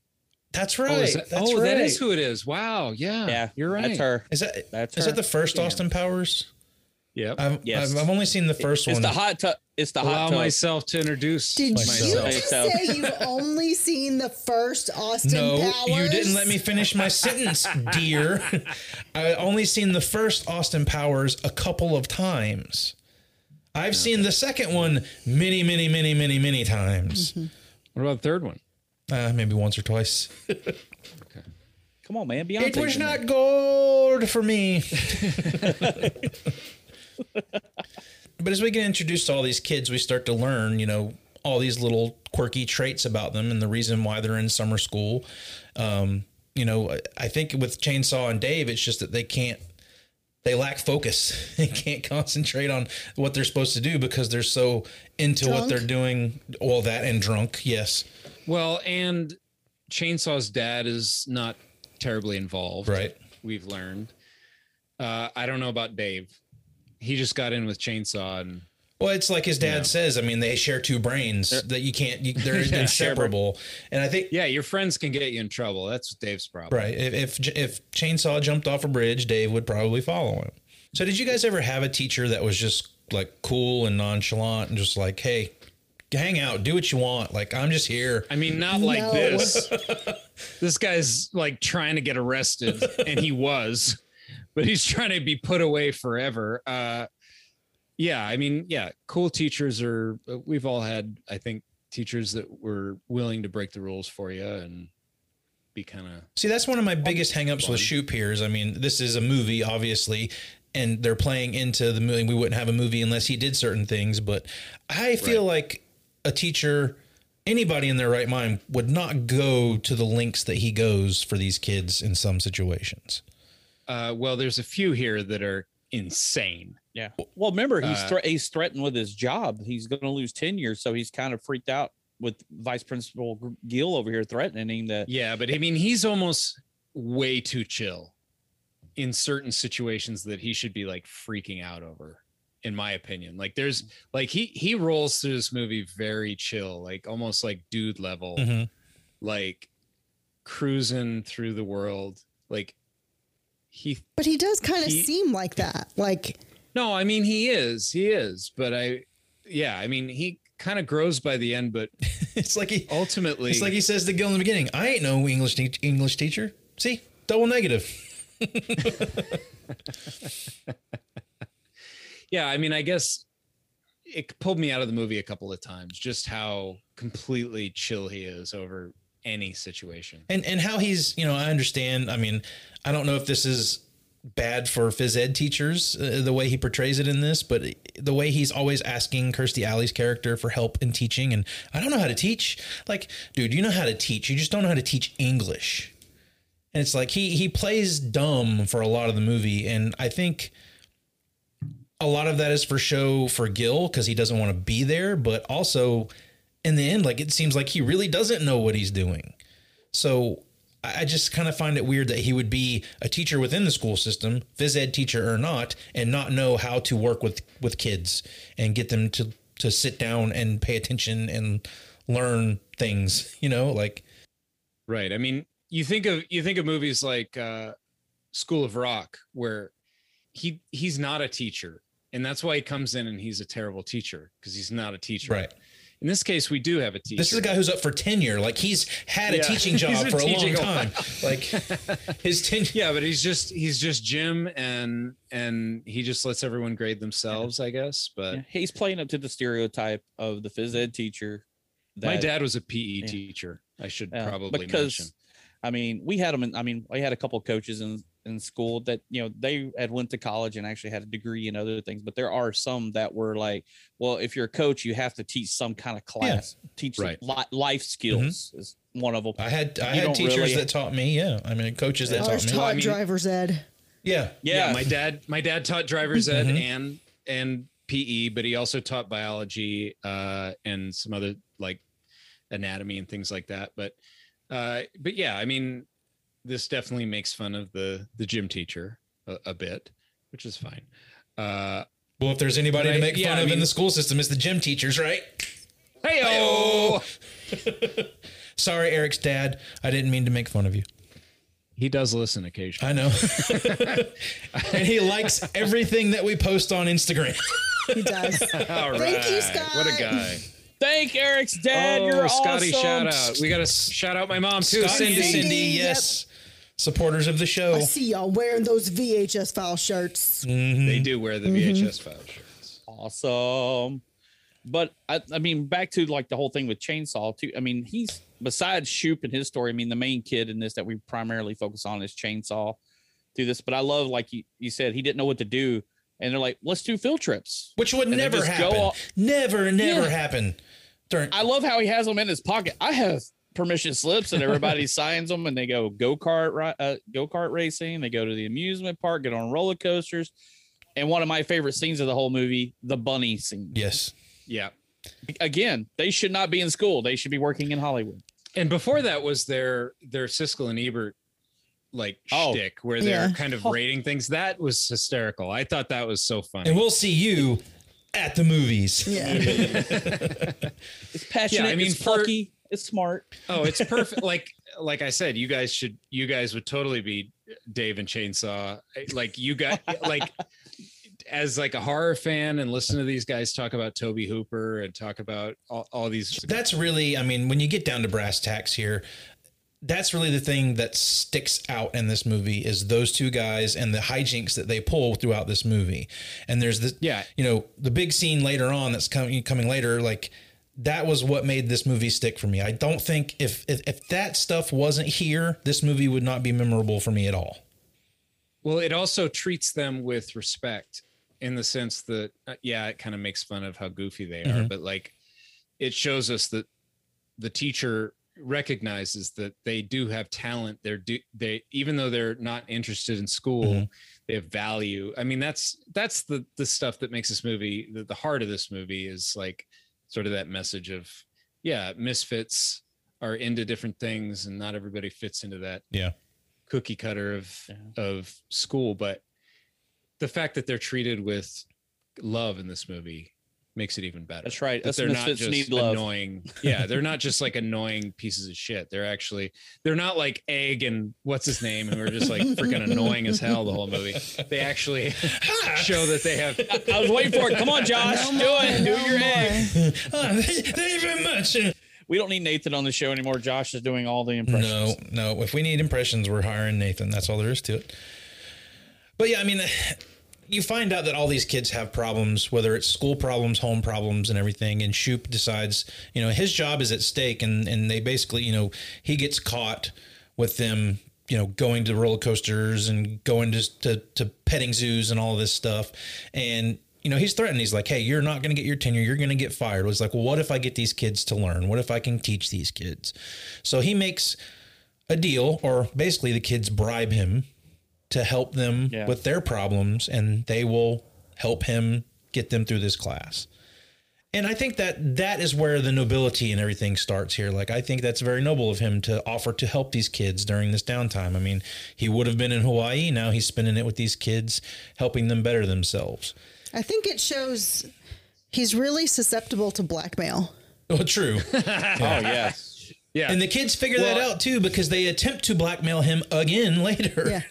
That's right. Oh, that, that's oh, right. that is who it is. Wow. Yeah. Yeah. You're right. That's her. Is that that's is her. that the first yeah. Austin Powers? Yeah. I've, yes. I've, I've, only seen the first it's one. It's the hot tub. It's the Allow hot tub. myself to introduce Did myself. you just say you've only seen the first Austin no, Powers? you didn't let me finish my sentence, *laughs* dear. I only seen the first Austin Powers a couple of times. I've Oh, okay. seen the second one many, many, many, many, many times. Mm-hmm. What about the third one? Uh, maybe once or twice. okay. Come on, man. Be it was not gold for me. but as we get introduced to all these kids, we start to learn, you know, all these little quirky traits about them and the reason why they're in summer school. Um, you know, I think with Chainsaw and Dave, it's just that they can't, they lack focus *laughs* and can't concentrate on what they're supposed to do because they're so into drunk. what they're doing, all that and drunk. Yes. Well, and Chainsaw's dad is not terribly involved. Right. We've learned. Uh, I don't know about Dave he just got in with chainsaw and Well, it's like his dad says. I mean, they share two brains that you can't. You, they're Yeah. inseparable. And I think yeah, your friends can get you in trouble. That's Dave's problem. Right. If, if if Chainsaw jumped off a bridge, Dave would probably follow him. So, did you guys ever have a teacher that was just like cool and nonchalant and just like, hey, hang out, do what you want. Like, I'm just here. I mean, not like this. this guy's like trying to get arrested, and he was, but he's trying to be put away forever. Uh, yeah, I mean, yeah, cool teachers are. We've all had, I think, teachers that were willing to break the rules for you and be kind of See, that's one of my biggest hangups with shoe peers. I mean, this is a movie, obviously, and they're playing into the movie. We wouldn't have a movie unless he did certain things, but I feel like *laughs* a teacher, anybody in their right mind, would not go to the lengths that he goes for these kids in some situations. Uh, well, there's a few here that are insane. Yeah. Well, remember he's Uh, thre- he's threatened with his job. He's going to lose tenure, so he's kind of freaked out with Vice Principal Gr- Gill over here threatening him that. Yeah, but I mean, he's almost way too chill in certain situations that he should be like freaking out over, in my opinion. Like, there's like he he rolls through this movie very chill, like almost like dude level, Mhm. like cruising through the world. Like he But he does kind of He- seem like that. Like, No, I mean he is, he is, but I, yeah, I mean he kind of grows by the end, but it's like he ultimately It's like he says to Gil in the beginning, I ain't no English te- English teacher. See, double negative. yeah, I mean I guess it pulled me out of the movie a couple of times just how completely chill he is over any situation. And and how he's, you know, I understand. I mean, I don't know if this is bad for phys ed teachers uh, the way he portrays it in this, but the way he's always asking Kirstie Alley's character for help in teaching and I don't know how to teach. Like, dude, you know how to teach. You just don't know how to teach English. And it's like he he plays dumb for a lot of the movie and I think a lot of that is for show for Gil because he doesn't want to be there, but also in the end, like it seems like he really doesn't know what he's doing. So I I just kind of find it weird that he would be a teacher within the school system, phys ed teacher or not, and not know how to work with with kids and get them to to sit down and pay attention and learn things. You know, like Right. I mean, you think of you think of movies like uh School of Rock where he he's not a teacher and that's why he comes in and he's a terrible teacher because he's not a teacher. Right. In this case we do have a teacher. this is a guy who's up for tenure. Like he's had a Yeah. teaching *laughs* He's job been for a long teaching a *laughs* time. like his tenure. Yeah, but he's just he's just Jim and and he just lets everyone grade themselves, I guess, but Yeah, he's playing up to the stereotype of the phys ed teacher. My that- dad was a PE Yeah. teacher. I should Yeah, probably because mention. I mean, we had them. In, I mean, I had a couple coaches in in school that you know they had went to college and actually had a degree and other things. But there are some that were like, well, if you're a coach, you have to teach some kind of class, teach Right. li- Mm-hmm. life skills is one of them. I had I had teachers that taught me. Yeah, I mean coaches that ours taught me. Oh, taught driver's ed. yeah, yeah. Yeah. My dad, my dad taught driver's ed Mhm. and and PE, but he also taught biology uh, and some other like anatomy and things like that. But uh, but yeah, I mean, this definitely makes fun of the the gym teacher a, a bit, which is fine. Uh, Well, if there's anybody to Right, make yeah, fun I of in mean- the school system, it's the gym teachers, right? Hey, Sorry, Eric's dad. I didn't mean to make fun of you. He does listen occasionally. *laughs* *laughs* I know. and he likes everything that we post on Instagram. He does. All Thank you, right. What a Scott. guy. Thank Eric's dad. oh, you're Scotty, shout awesome. out. We got to shout out my mom too. Scotty Cindy. and Cindy, yes. Supporters of the I show. see y'all wearing those VHS file shirts. Mm-hmm. They do wear the Mhm. VHS file shirts. awesome. But I, I mean, back to like the whole thing with Chainsaw too. I mean, he's besides Shoop and his story. I mean, the main kid in this that we primarily focus on is Chainsaw through this. But I love, like you, you said, he didn't know what to do, and they're like, "Let's do field trips," which would never happen. never, never happen. During I love how he has them in his pocket. I have permission slips, and everybody signs them, and they go go kart uh, go kart racing. They go to the amusement park, get on roller coasters, and one of my favorite scenes of the whole movie, the bunny scene. Yes. Yeah. Again, they should not be in school. They should be working in Hollywood. And before that was their their Siskel and Ebert like shtick where they're Yeah. kind of rating things. That was hysterical. I thought that was so funny. And we'll see you at the movies. it's passionate. Yeah, I mean, it's for- plucky. It's smart. Oh, it's perfect. like like I said, you guys should you guys would totally be Dave and Chainsaw. Like you got like as like a horror fan and listen to these guys talk about Toby Hooper and talk about all, all these That's really, I mean, when you get down to brass tacks here, that's really the thing that sticks out in this movie is those two guys and the hijinks that they pull throughout this movie. And there's this, yeah, you know, the big scene later on that's coming coming later, like that was what made this movie stick for me. I don't think if if, if that stuff wasn't here, this movie would not be memorable for me at all. *laughs* Well, it also treats them with respect in the sense that, uh, yeah, it kind of makes fun of how goofy they are, Mhm. but like it shows us that the teacher recognizes that they do have talent. They're do they even though they're not interested in school, Mhm. they have value. I mean, that's that's the the stuff that makes this movie the, the heart of this movie is like sort of that message of yeah, misfits are into different things and not everybody fits into that Yeah. cookie cutter of of school but the fact that they're treated with love in this movie makes it even better That's right. that Us they're not misfits just need love. annoying yeah they're not just like annoying pieces of shit they're actually they're not like egg and what's his name who are just like freaking annoying as hell the whole movie they actually show that they have I was waiting for it. *laughs* Come on, Josh. Do it. Do your egg. Ah, *laughs* Thank you very much. We don't need Nathan on the show anymore. Josh is doing all the impressions. No, no. If we need impressions, we're hiring Nathan. That's all there is to it. But yeah, I mean, you find out that all these kids have problems, whether it's school problems, home problems, and everything. And Shoop decides, you know, his job is at stake, and and they basically, you know, he gets caught with them, you know, going to roller coasters and going to to, to petting zoos and all this stuff, and. You know, he's threatened. He's like, "Hey, you're not going to get your tenure. You're going to get fired." He's like, "Well, what if I get these kids to learn? What if I can teach these kids?" So he makes a deal, or basically the kids bribe him to help them Yeah. with their problems, and they will help him get them through this class. And I think that that is where the nobility and everything starts here. Like, I think that's very noble of him to offer to help these kids during this downtime. I mean, he would have been in Hawaii. Now he's spending it with these kids, helping them better themselves. *laughs* I think it shows he's really susceptible to blackmail. Well, true. *laughs* oh yes yeah And the kids figure that Well- out too because they attempt to blackmail him again *laughs* later.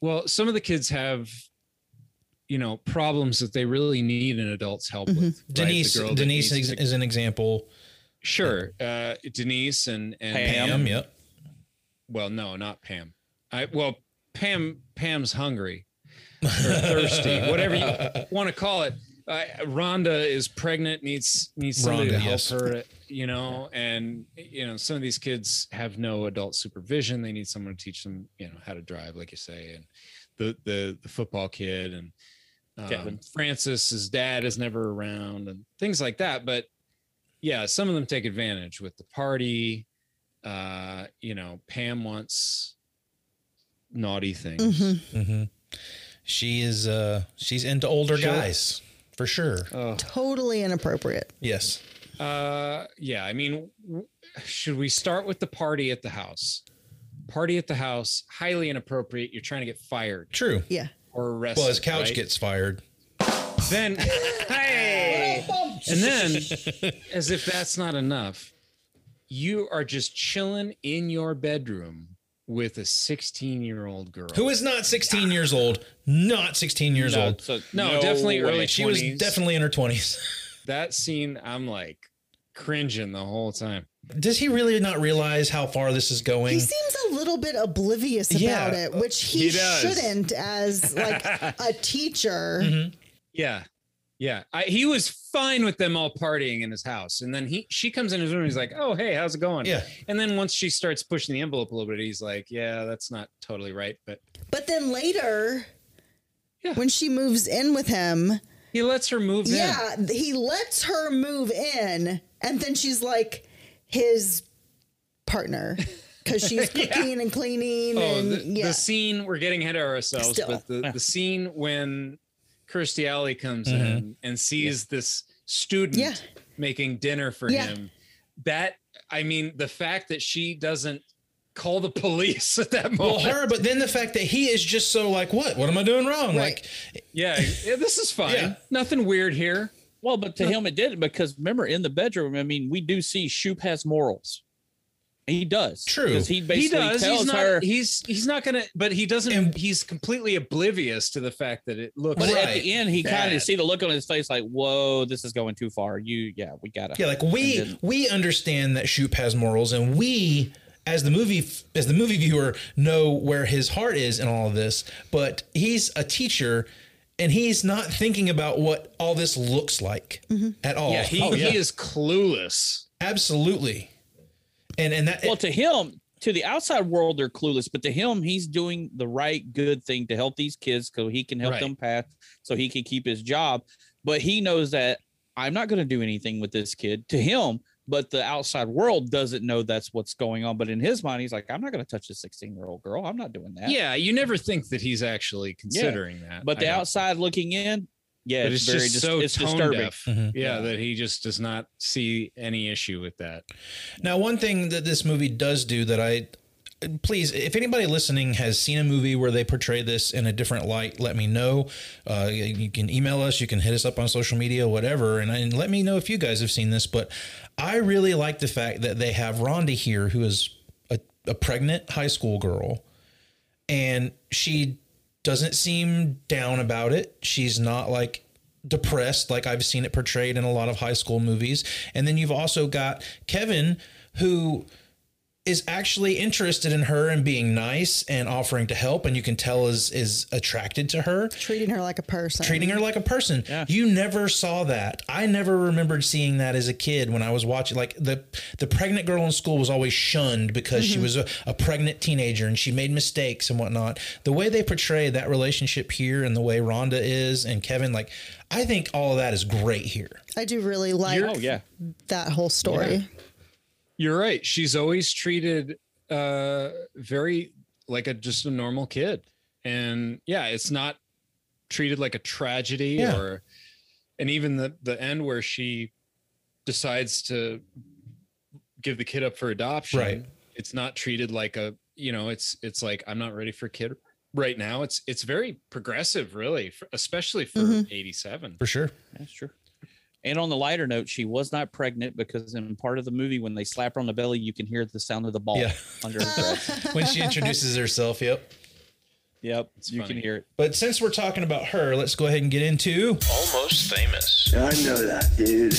Well, some of the kids have, you know, problems that they really need an adult's help Mhm. with. right? The Denise, girl that Denise needs is, to- is an example. sure. Uh, Denise and and Pam. yep. Well, no, not Pam. I well, Pam. Pam's hungry or thirsty, whatever *laughs* you want to call it. Uh, Rhonda is pregnant, needs needs somebody Rhonda, to help yes. her. You know, and you know, some of these kids have no adult supervision. They need someone to teach them, you know, how to drive, like you say, and the the the football kid and um, Kevin. Francis, his dad is never around and things like that. But yeah, some of them take advantage with the party. Uh, you know, Pam wants naughty things. Mm-hmm. hmm She is. Uh, she's into older Sure. guys for sure. Totally inappropriate. Yes. Uh, yeah. I mean, w- should we start with the party at the house? Party at the house, highly inappropriate. You're trying to get fired True. Yeah. or arrested. Well, his couch right? gets fired. *laughs* then hey and then as if that's not enough you are just chilling in your bedroom with a 16 year old girl Who is not 16 years old? Not 16 years No, old. so no, no definitely way. early She was 20s. definitely in her 20s. that scene i'm like cringing the whole time Does he really not realize how far this is going? He seems a little bit oblivious Yeah. about it, which He he, does. shouldn't *laughs* as like a teacher. yeah yeah I, he was fine with them all partying in his house and then he she comes in his room he's like oh hey how's it going Yeah. and then once she starts pushing the envelope a little bit he's like yeah that's not totally right but But then later, when she moves in with him, he lets her move in. yeah, he lets her move in, and then she's like his partner because *laughs* she's Yeah. cooking and cleaning Oh, and the, yeah. the scene we're getting ahead of ourselves, Still. but the, the scene when Kirstie Alley comes in and sees this student making dinner for Yeah. him. That I mean, the fact that she doesn't call the *laughs* police at that moment. Well, her, but then the fact that he is just so like, what? What am I doing wrong? Right. Like, yeah, yeah, this is fine. Yeah. Nothing weird here. Well, but to him it didn't because remember in the bedroom, I mean, we do see Shoop has morals. He does. True. Because he basically does. tells he's not, her He's he's not gonna. But he doesn't. he's completely oblivious to the fact that it looks. but at right the end he kind bad. of see the look on his face like, Whoa, this is going too far. You yeah, we gotta yeah, like and we then- we understand that Shoop has morals, and we as the movie as the movie viewer know where his heart is in all of this. But he's a teacher, and he's not thinking about what all this looks like at all. Oh, Oh, Yeah, he, he is clueless. absolutely. And and that well to him to the outside world they're clueless but to him he's doing the right good thing to help these kids so he can help Right. them pass so he can keep his job but he knows that i'm not going to do anything with this kid to him but the outside world doesn't know that's what's going on but in his mind he's like i'm not going to touch this 16 year old girl i'm not doing that Yeah, you never think that he's actually considering that. but the I don't- outside looking in yeah but it's, very just dis- so it's tone disturbing deaf. Yeah, that he just does not see any issue with that. Now, one thing that this movie does do that I please, if anybody listening has seen a movie where they portray this in a different light, let me know. Uh, you can email us, you can hit us up on social media, whatever, and, and let me know if you guys have seen this. But I really like the fact that they have Rhonda here, who is a, a pregnant high school girl, and she doesn't seem down about it. She's not like depressed like I've seen it portrayed in a lot of high school movies. And then you've also got Kevin who is actually interested in her and being nice and offering to help and you can tell is is attracted to her treating her like a person. treating her like a person. You never saw that. I never remembered seeing that as a kid when I was watching. Like the the pregnant girl in school was always shunned because she Mhm. was a, a pregnant teenager and she made mistakes and whatnot. The way they portray that relationship here and the way Rhonda is and Kevin, like I think all of that is great here. I do really like You're- oh, yeah. that whole story. You're right. She's always treated uh very like a just a normal kid. And yeah, it's not treated like a tragedy Yeah. or and even the the end where she decides to give the kid up for adoption. Right. It's not treated like a, you know, it's it's like I'm not ready for kid right now. It's it's very progressive really, for, especially for Mhm. 87. For sure. That's true. And on the lighter note, she was not pregnant because in part of the movie, when they slap her on the belly, you can hear the sound of the ball Yeah. under her *laughs* breath. When she introduces herself, yep. Yep, you can hear it. But since we're talking about her, let's go ahead and get into Almost famous. I know that, dude.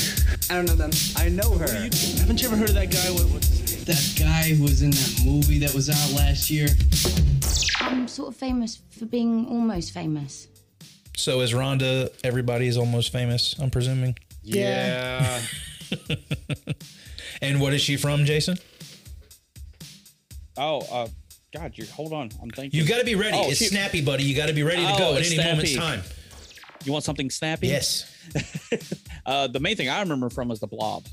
I don't know them. I know her. Haven't you ever heard of that guy? What, what, that guy who was in that movie that was out last year? I'm sort of famous for being almost famous. So is Rhonda everybody's almost famous, I'm presuming. Yeah. and what is she from, Jason? Oh, uh, God, you hold on. I'm thinking. You've got to be ready. Oh, it's shoot. snappy, buddy. You got to be ready to go Oh, at any it's moment's snappy. time. You want something snappy? Yes. uh, the main thing I remember from was the blob.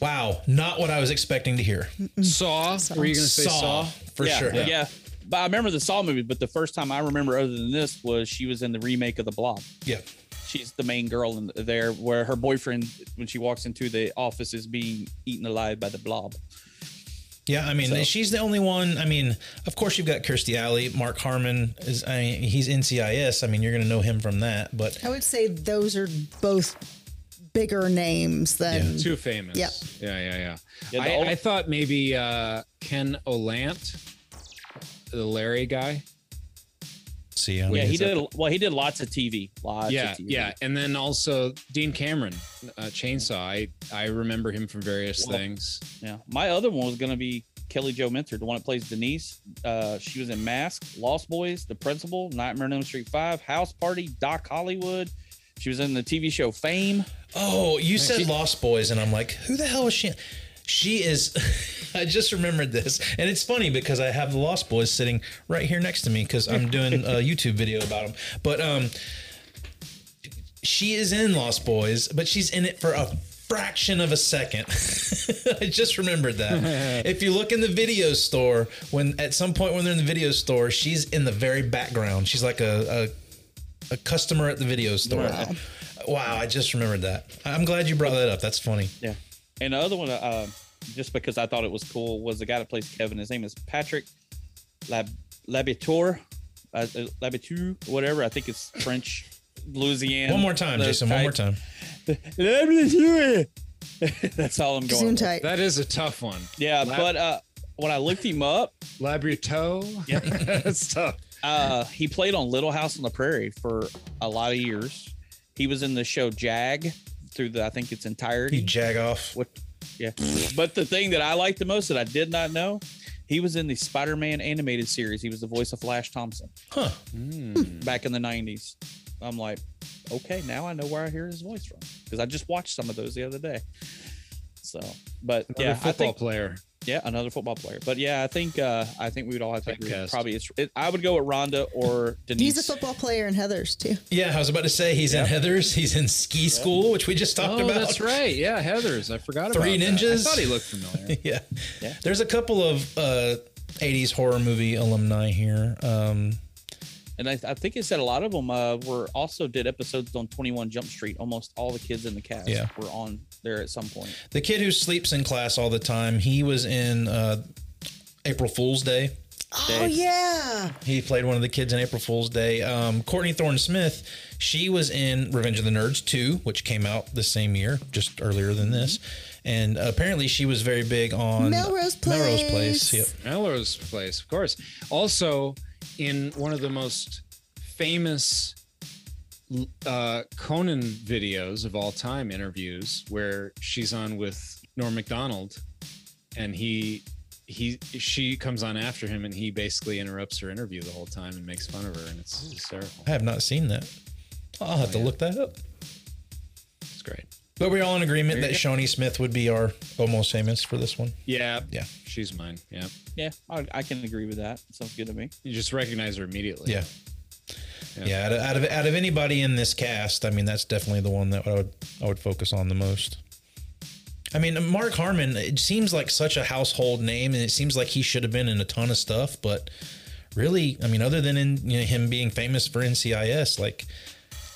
Wow, not what I was expecting to hear. Saw. Were you gonna say Saw? Saw, for Yeah, sure. Yeah. But I remember the Saw movie, but the first time I remember other than this was she was in the remake of the blob. Yeah. She's the main girl in there where her boyfriend, when she walks into the office, is being eaten alive by the blob. Yeah, I mean, So- she's the only one. I mean, of course you've got Kirstie Alley, Mark Harmon is. I mean, he's NCIS. I mean, you're going to know him from that. But I would say those are both bigger names than Too famous. Yeah. Yeah, yeah, yeah. Yeah, the I, old- I thought maybe uh, Ken Olant, the Larry guy. see, Wait, yeah, is he that did. Well, he did lots of TV. Lots yeah, of TV. yeah, and then also Dean Cameron, uh, Chainsaw. I I remember him from various Well, things. Yeah. My other one was gonna be Kelly Joe Mentor, the one that plays Denise. Uh, she was in Mask, Lost Boys, The Principal, Nightmare on Elm Street Five, House Party, Doc Hollywood. She was in the TV show Fame. Oh, you Nice. said Lost Boys, and I'm like, who the hell is she? She is. *laughs* I just remembered this, and it's funny because I have the Lost Boys sitting right here *laughs* next to me because I'm doing a YouTube video about them. But um, she is in Lost Boys, but she's in it for a fraction of a second. *laughs* I just remembered that. if you look in the video store, when at some point when they're in the video store, she's in the very background. She's like a a, a customer at the video store. Wow. I just remembered that. I'm glad you brought that up. That's funny. Yeah. And the other one, uh, just because I thought it was cool was the guy that plays Kevin. His name is Patrick Lab Labitor, uh, uh, Labitou, whatever. I think it's French, Louisiana. One more time, those Jason. One more type- time. *laughs* That's all I'm going. Zoom with. tight. That is a tough one. Yeah, Lab- but uh, when I looked him up, Labrito. *laughs* Yeah, that's tough. Uh, he played on Little House on the Prairie for a lot of years. He was in the show Jag through the I think its entirety. *laughs* You jag off. What? Yeah. but the thing that I liked the most that I did not know, he was in the Spider-Man animated series. He was the voice of Flash Thompson. Huh. Hmm. Back in the '90s. I'm like, okay, now I know where I hear his voice from because I just watched some of those the other day. So, but Another yeah, I football think, player. Yeah, another football player. But yeah, I think uh I think we would all have to agree. Typecast. Probably it's it, I would go with Rhonda or Denise. He's a football player in Heather's too. Yeah, I was about to say he's in Heather's. He's in ski school, which we just talked oh, about. that's right. Yeah, Heather's. I forgot Three about that. Ninjas. I thought he looked familiar. *laughs* yeah. Yeah. There's a couple of uh, 80s horror movie alumni here. Um, and I, I think it said a lot of them uh, were also did episodes on 21 Jump Street. Almost all the kids in the cast Yeah. were on there at some point. the kid who sleeps in class all the time, he was in uh, April Fool's Day. Oh yeah. He played one of the kids in April Fool's Day. Um, Courtney Thorne Smith, she was in Revenge of the Nerds 2, which came out the same year, just earlier than this. And apparently she was very big on Melrose Melrose Place. Place. Yep. Melrose Place, of course. Also, in one of the most famous uh, Conan videos of all time, interviews where she's on with Norm Macdonald, and he he she comes on after him, and he basically interrupts her interview the whole time and makes fun of her, and it's hysterical. I have not seen that. I'll have to Oh, look that up. It's great. But we're all in agreement There that you Shawnee Smith would be our almost famous for this one. Yeah, Yeah. she's mine. Yeah, Yeah, I, I can agree with that. Sounds good to me. you just recognize her immediately. Yeah. Yeah. out, of, out of out of anybody in this cast, I mean, that's definitely the one that I would I would focus on the most. I mean, Mark Harmon. It seems like such a household name, and it seems like he should have been in a ton of stuff. But really, I mean, other than in you know, him being famous for NCIS, like,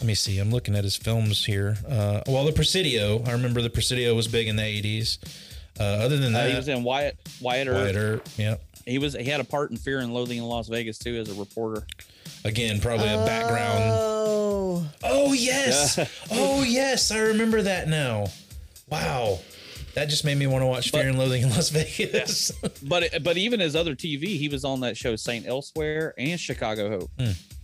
let me see. I'm looking at his films here. Uh, well, The Presidio. I remember The Presidio was big in the '80s. Uh, other than Uh, that, he was in Wyatt Wyatt Earp. Wyatt Earp. Yeah. He was he had a part in Fear and Loathing in Las Vegas too as a reporter. Again, probably a background. Oh. Oh yes. Yeah. *laughs* oh yes, I remember that now. Wow. That just made me want to watch Fear and Loathing in Las Vegas. But but even his other TV, he was on that show Saint Elsewhere and Chicago Hope.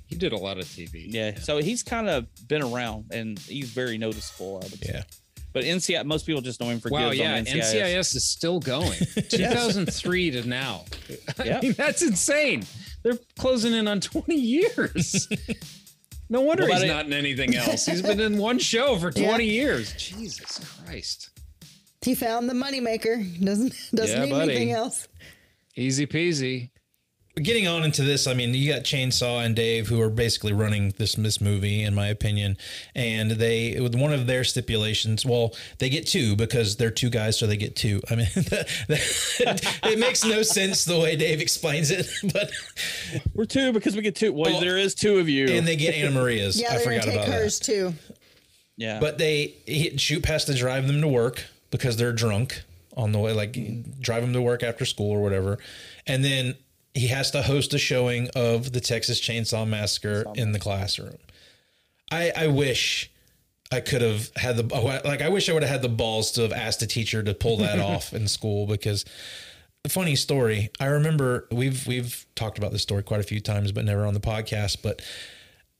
He did a lot of TV. Yeah, so he's kind of been around and he's very noticeable. I would say. *laughs* yeah. But NCIS, most people just know him for Wow, Gibbs yeah, on NCIS. is still *laughs* going. 2003 to now. I Yep. mean, that's insane. They're closing in on 20 years. *laughs* no wonder Well, he's that- not in anything else. He's been in one show for 20 years. Jesus Christ. He found the moneymaker. Doesn't *laughs* doesn't Yeah, need buddy. anything else. Easy peasy. Getting on into this, I mean, you got Chainsaw and Dave who are basically running this this movie, in my opinion. And they with one of their stipulations, well, they get two because they're two guys, so they get two. I mean, *laughs* it makes no sense the way Dave explains it, *laughs* but *laughs* We're two because we get two. Well, there is two of you. and they get Anna Maria's. Yeah, I they're forgot gonna take about that. hers too. yeah. But they he, shoot has to drive them to work because they're drunk on the way, like drive them to work after school or whatever. And then he has to host a showing of the Texas Chainsaw Massacre in the classroom. I, I wish I could have had the oh, I- like I wish I would have had the balls to have asked a teacher to pull *laughs* that off in school because funny story. I remember we've we've talked about this story quite a few times, but never on the podcast. But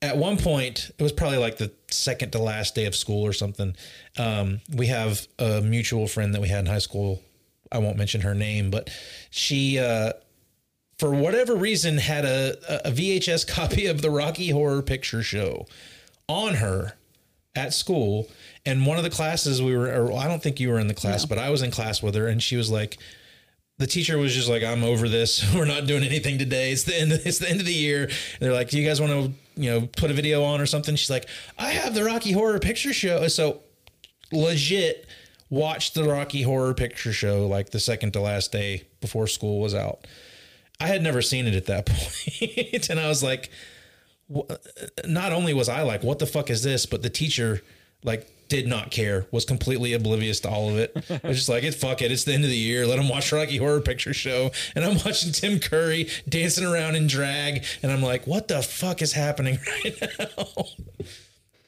at one point, it was probably like the second to last day of school or something. Um, we have a mutual friend that we had in high school. I won't mention her name, but she, uh, for whatever reason, had a, a VHS copy of the Rocky Horror Picture Show on her at school and one of the classes we were or I don't think you were in the class but I was in class with her and she was like the teacher was just like I'm over this *laughs* we're not doing anything today it's the end it's the end of *laughs* the year and they're like do you guys want to you know put a video on or something she's like I have the Rocky Horror Picture Show so legit watched the Rocky Horror Picture Show like the second to last day before school was out I had never seen it at that *laughs* point and I was like not only was I like, what the fuck is this? But the teacher like did not care, was completely oblivious to all of it. I was just like, it fuck it, it's the end of the year. Let them watch Rocky Horror Picture Show, and I'm watching Tim Curry dancing around in drag, and I'm like, what the fuck is happening *laughs* right now?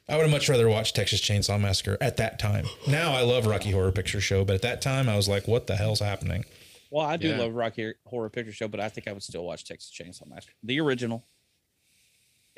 I would have much rather watched Texas Chainsaw Massacre at that time. Now I love Rocky Horror Picture Show, but at that time I was like, what the hell's happening? Well, I do Yeah. love Rocky Horror Picture Show, but I think I would still watch Texas Chainsaw Massacre, the original.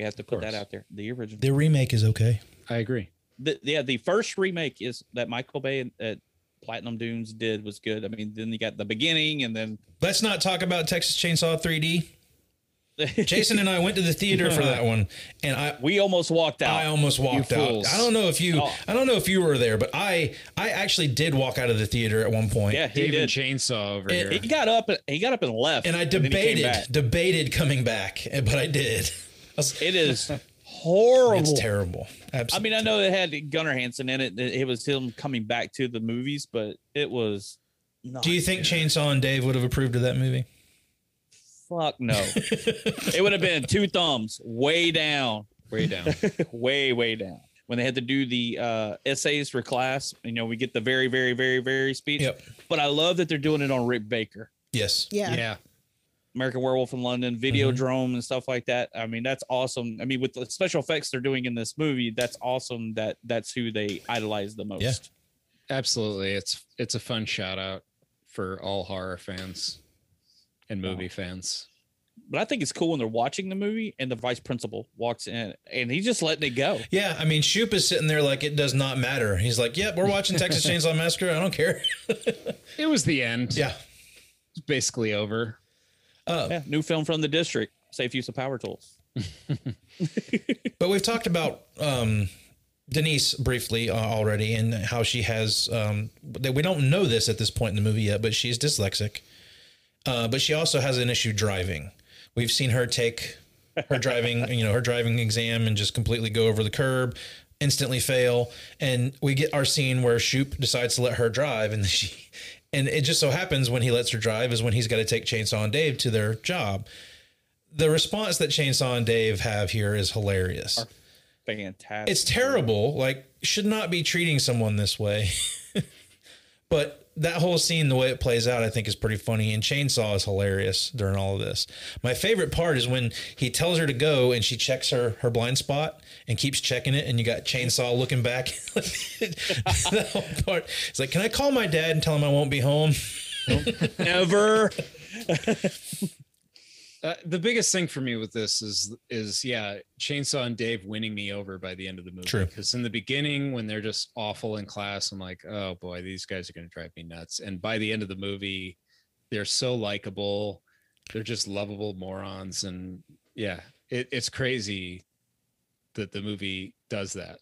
You have to put that out there, the original. The remake is okay. I agree. The, yeah, the first remake is that Michael Bay and uh, Platinum Dunes did was good. I mean, then you got the beginning, and then *laughs* Let's not talk about Texas Chainsaw 3D. Jason and I went to the theater for that one, and I we almost walked out. I almost walked out. fools. I don't know if you Oh. I don't know if you were there, but I I actually did walk out of the theater at one point. Yeah, he Dave and did. Chainsaw over It- he got up, and- he got up and left, and I then he came debated back. debated coming back, eh, but I did. It *laughs* is horrible. It's terrible. I mean, I know it had Gunnar Hansen in it. It it was him coming back to the movies, but it was. Not Do you think Chainsaw and Dave would have approved of that movie? Fuck no. it would have been two thumbs way down. Way down. way, way down. When they had to do the uh, essays for class, you know, we get the very, very, very, very speech. But I love that they're doing it on Rick Baker. Yes. Yeah. Yeah. American Werewolf in London, Videodrome, and stuff like that. I mean, that's awesome. I mean, with the special effects they're doing in this movie, that's awesome. That that's who they idolize the most. Absolutely. It's it's a fun shout out for all horror fans and movie fans. But I think it's cool when they're watching the movie and the vice principal walks in and he's just letting it go. Yeah, I mean, Shoop is sitting there like it does not matter. He's like, "Yep, we're watching *laughs* Texas Chainsaw Massacre. I don't care." It was the end. Yeah. It's basically over. yeah, new film from the district. Safe use of power tools. But we've talked about um, Denise briefly uh, already and how she has um, that we don't know this at this point in the movie yet, but she's dyslexic. Uh, but she also has an issue driving. We've seen her take her driving, you know, her driving exam and just completely go over the curb, instantly fail, and we get our scene where Shoop decides to let her drive, and *laughs* she, and it just so happens when he lets her drive is when he's got to take Chainsaw and Dave to their job. The response that Chainsaw and Dave have here is hilarious. Fantastic. It's terrible. Like, should not be treating someone this way. *laughs* but that whole scene, the way it plays out, I think is pretty funny. And Chainsaw is hilarious during all of this. My favorite part is when he tells her to go and she checks her her blind spot and keeps checking it, and you got Chainsaw looking back. *laughs* that whole part. It's like, can I call my dad and tell him I won't be home? *laughs* Ever. Uh, the biggest thing for me with this is is yeah, Chainsaw and Dave winning me over by the end of the movie. True. Because in the beginning, when they're just awful in class, I'm like, oh boy, these guys are gonna drive me nuts. And by the end of the movie, they're so likable, they're just lovable morons, and yeah, it, it's crazy that the movie does that.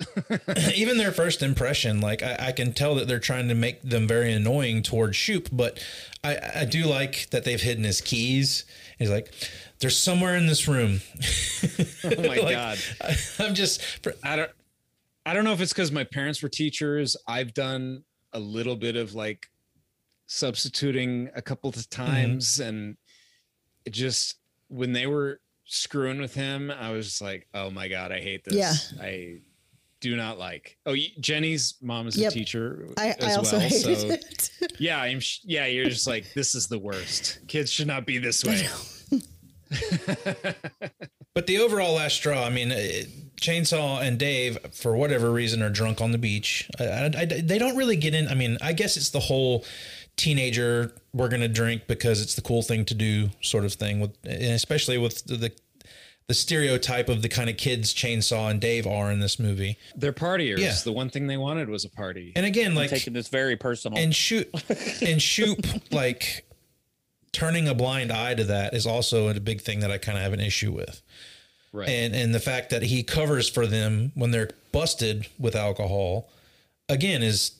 *laughs* *laughs* even their first impression, like I, I can tell that they're trying to make them very annoying towards Shoop, but I, I do like that they've hidden his keys. He's like, they're somewhere in this room. *laughs* oh my *laughs* Like, god I, am just i don't i don't know if it's because my parents were teachers i've done a little bit of like substituting a couple of Mm-hmm. times and it just when they were screwing with him i was just like oh my god i hate this Yeah. i do not like oh y- jenny's mom is Yep. a teacher I, as I also well hated so it. *laughs* yeah i'm sh- yeah you're just like this is the worst kids should not be this way But the overall last straw, I mean, it, Chainsaw and Dave, for whatever reason, are drunk on the beach. I, I, I- they don't really get in. I mean, I guess it's the whole teenager we're gonna drink because it's the cool thing to do sort of thing with, and especially with the. the the stereotype of the kind of kids Chainsaw and Dave are in this movie. they're partiers Yeah. the one thing they wanted was a party And again, I'm like taking this very personal. And shoot, and shoot, like turning a blind eye to that is also a big thing that I kind of have an issue with. Right. And and the fact that he covers for them when they're busted with alcohol, again, is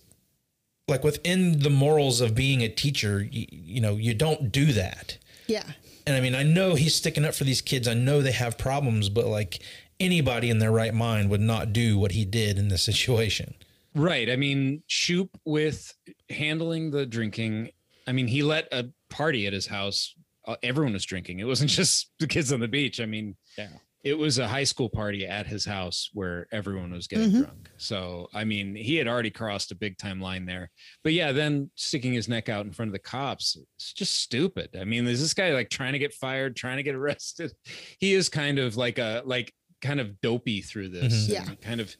like within the morals of being a teacher. You, you know, you don't do that. Yeah. And I mean, I know he's sticking up for these kids. I know they have problems, but like anybody in their right mind would not do what he did in this situation. Right. I mean, Shoop with handling the drinking. I mean, he let a *laughs* party at his house. Uh, everyone was drinking. It wasn't just the kids on the beach. I mean, yeah. it was a high school party at his house where everyone was getting Mhm. drunk. So, I mean, he had already crossed a big time line there. But yeah, then sticking his neck out in front of the cops, it's just stupid. I mean, is this guy like trying to get fired, trying to get *laughs* arrested? He is kind of like a, like, kind of dopey through this. Mhm. Yeah. and Kind of,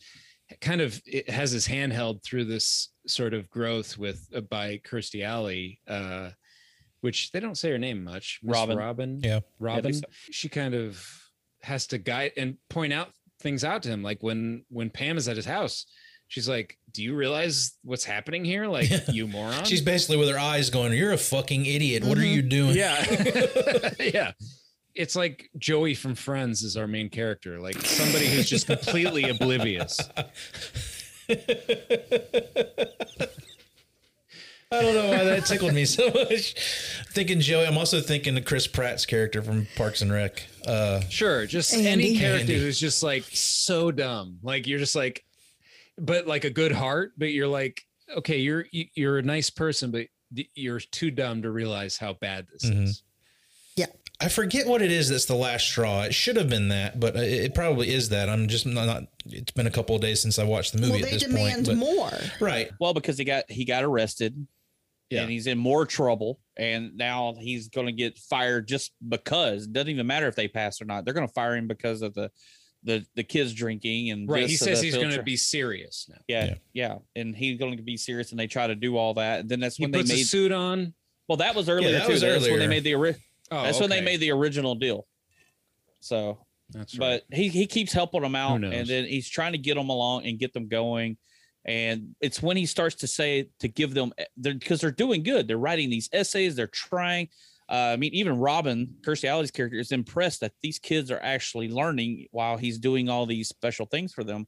kind of it has his hand held through this sort of growth with, uh, by Kirstie Alley. Uh, which they don't say her name much. Miss Robin. Robin. Yeah. Yeah, I Robin. think so. She kind of has to guide and point out things out to him. Like when when Pam is at his house, she's like, Do you realize what's happening here? Like, you moron. She's basically with her eyes going, You're a fucking idiot. What Mm-hmm. are you doing? *laughs* Yeah. *laughs* yeah. It's like Joey from Friends is our main character, like somebody who's just completely oblivious. I don't know why that tickled me so much. Thinking Joey, I'm also thinking of Chris Pratt's character from Parks and Rec. Uh, Sure, just any character who's just like so dumb. Like you're just like, but like a good heart, but you're like, okay, you're you- you're a nice person, but th- you're too dumb to realize how bad this is. Yeah, I forget what it is that's the last straw. It should have been that, but uh, it, it probably is that. I'm just not, not- It's been a couple of days since I watched the movie at this point. but- Right. Well, because he got he got arrested. And he's in more trouble, and now he's going to get fired just because. It doesn't even matter if they pass or not. They're going to fire him because of the, the the kids drinking and Right, this he and says the he's going to filter. be serious now. Yeah, yeah, and he's going to be serious, and they try to do all that, and then that's He when puts they a made suit on. Well, that was earlier that too. was That's when they earlier. made the ori- Oh, That's when they okay. made the original deal. So That's but he he keeps helping them out, knows? and then he's trying to get them along and get them going. And it's when he starts to say to give them because they're, doing good. They're writing these essays. They're trying. Uh, I mean, even Robin Kirstie Alley's character is impressed that these kids are actually learning while he's doing all these special things for them.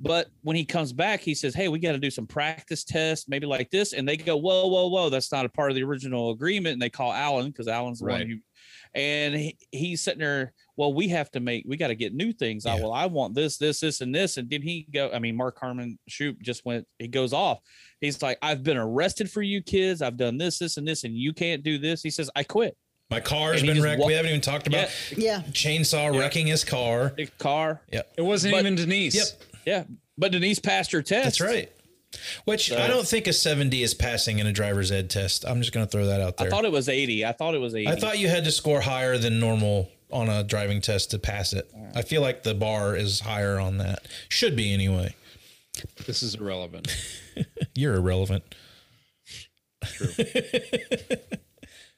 But when he comes back, he says, "Hey, we got to do some practice tests, maybe like this." And they go, "Whoa, whoa, whoa! That's not a part of the original agreement." And they call Alan because Alan's the Right. one who and he, he's sitting there well we have to make we got to get new things i well i want this this this and this and then he go i mean mark harmon shoot just went he goes off he's like i've been arrested for you kids i've done this this and this and you can't do this he says i quit My car's And he been just wrecked. walk- we haven't even talked about yeah. chainsaw wrecking his car. His car. Yeah. It wasn't even Denise. Yep. Yeah. But Denise passed her That's test. right. Which I don't think a 70 is passing in a driver's ed test. I'm just going to throw that out there. i thought it was 80 i thought it was 80 I thought you had to score higher than normal on a driving test to pass it. I feel like the bar is higher on that. Should be anyway. This is irrelevant. *laughs* You're irrelevant.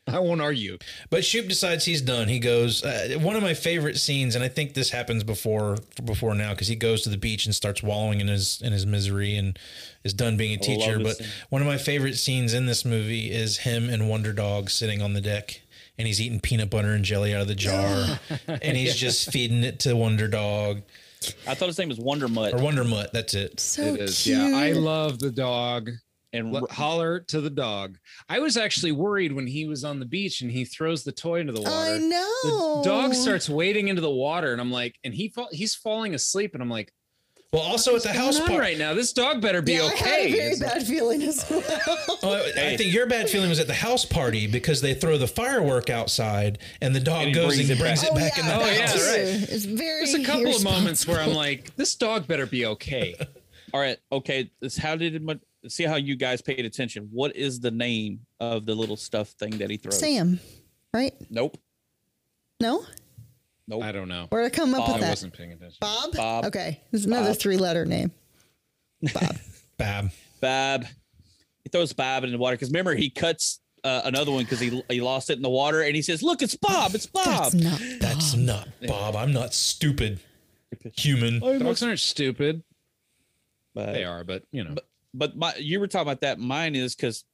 I won't argue. But Shoop decides he's done. He goes. Uh, one of my favorite scenes, and I think this happens before before now, because he goes to the beach and starts wallowing in his in his misery and is done being a I love teacher. this But scene. one of my favorite scenes in this movie is him and Wonder Dog sitting on the deck, and he's eating peanut butter and jelly out of the jar, and he's just feeding it to Wonder Dog i thought his name was wonder mutt or Wonder Mutt. That's it. it is. Yeah, I love the dog. And holler to the dog. I was actually worried when he was on the beach and he throws the toy into the water. I The know. dog starts wading into the water, and I'm like, and he fall, he's falling asleep, and I'm like, well, also at the house par- right now, this dog better be yeah, I had okay. a very It's like- bad feeling as *laughs* well. Oh, I- I think your bad feeling was at the house party because they throw the firework outside and the dog And he goes brings and it brings back. it back in the Oh, yeah. house. Oh, yeah, right. It's very. There's a couple of moments where I'm like, this dog better be okay. all right okay this how did it mu- see how you guys paid attention what is the name of the little stuff thing that he throws Sam, right? nope No, nope i don't *laughs* know where'd I come up with that? paying attention. Bob. Bob. Okay, it's another Bob. three-letter name. Bab. Bab. He throws Bob in the water because remember he cuts uh, another one because he he lost it in the water and he says, "Look, it's Bob. It's Bob." That's not Bob. I'm not stupid. Human. Dogs aren't stupid. But, they are, but you know. But, but my, you were talking about that. Mine is because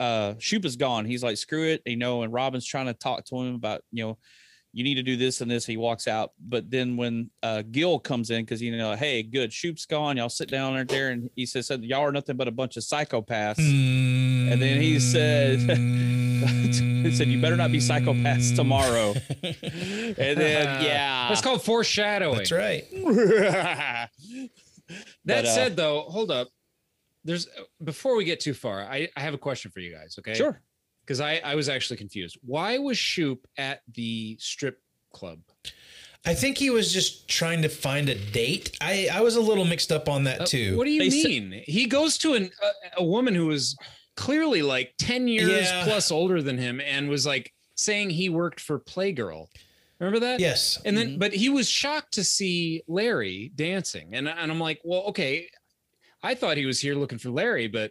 uh, Shoop is gone. He's like, "Screw it," you know. And Robin's trying to talk to him about you know. You need to do this and this. He walks out, but then when uh, Gil comes in, because you know, hey, good, Shoop's gone. Y'all sit down right there, and he says, something, "Y'all are nothing but a bunch of psychopaths." And then he said, *laughs* "He said you better not be psychopaths tomorrow." and then yeah, That's called foreshadowing. *laughs* That's right. *laughs* that But, uh, said, though, hold up. There's before we get too far, I, I have a question for you guys. Okay. Sure. Because I, I was actually confused. Why was Shoop at the strip club? I think he was just trying to find a date. I, I was a little mixed up on that Uh, too. What do you They sa- mean? he goes to an, a, a woman who was clearly like 10 years Yeah. plus older than him and was like saying he worked for Playgirl. Remember that? Yes. And Mm-hmm. then, but he was shocked to see Larry dancing. And, and I'm like, well, okay. I thought he was here looking for Larry, but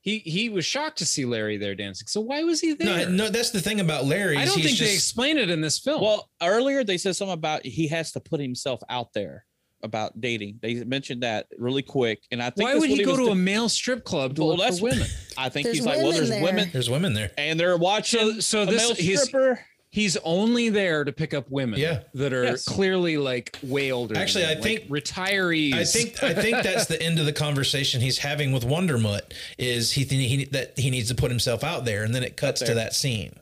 he, he was shocked to see Larry there dancing. So why was he there? No, no, that's the thing about Larry. I is don't he's think they just- explain it in this film. *laughs* Well, earlier they said something about he has to put himself out there about dating. They mentioned that really quick, and I think Why that's would what he go was to a thi- male strip club to Well, look that's- for *laughs* women? I think There's he's like, well, women there's there. women- There's women there. and they're watching. So, so a this male he's- stripper. He's only there to pick up women Yeah. that are Yes. clearly like way older. than Actually, him, I like think- retirees. I think I think that's *laughs* the end of the conversation he's having with Wonder Mutt is he, th- he that he needs to put himself out there, and then it cuts to there. that scene.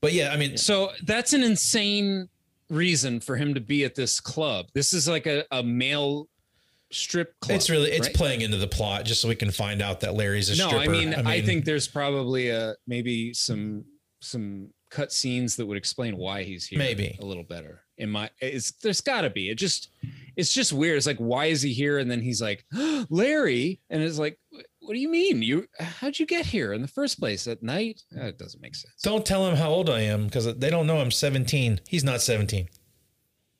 But yeah, I mean, so that's an insane reason for him to be at this club. This is like a, a male strip club. it's really it's right? playing into the plot just so we can find out that Larry's a no, stripper. I mean, I think there's probably a maybe some some cut scenes that would explain why he's here. Maybe. a little better. In my, it's there's got to be. It just, it's just weird. It's like, why is he here? And then he's like, *gasps* Larry, and it's like, what do you mean? You, how'd you get here in the first place at night? Uh, It doesn't make sense. don't tell him how old I am because they don't know I'm 17. He's not 17.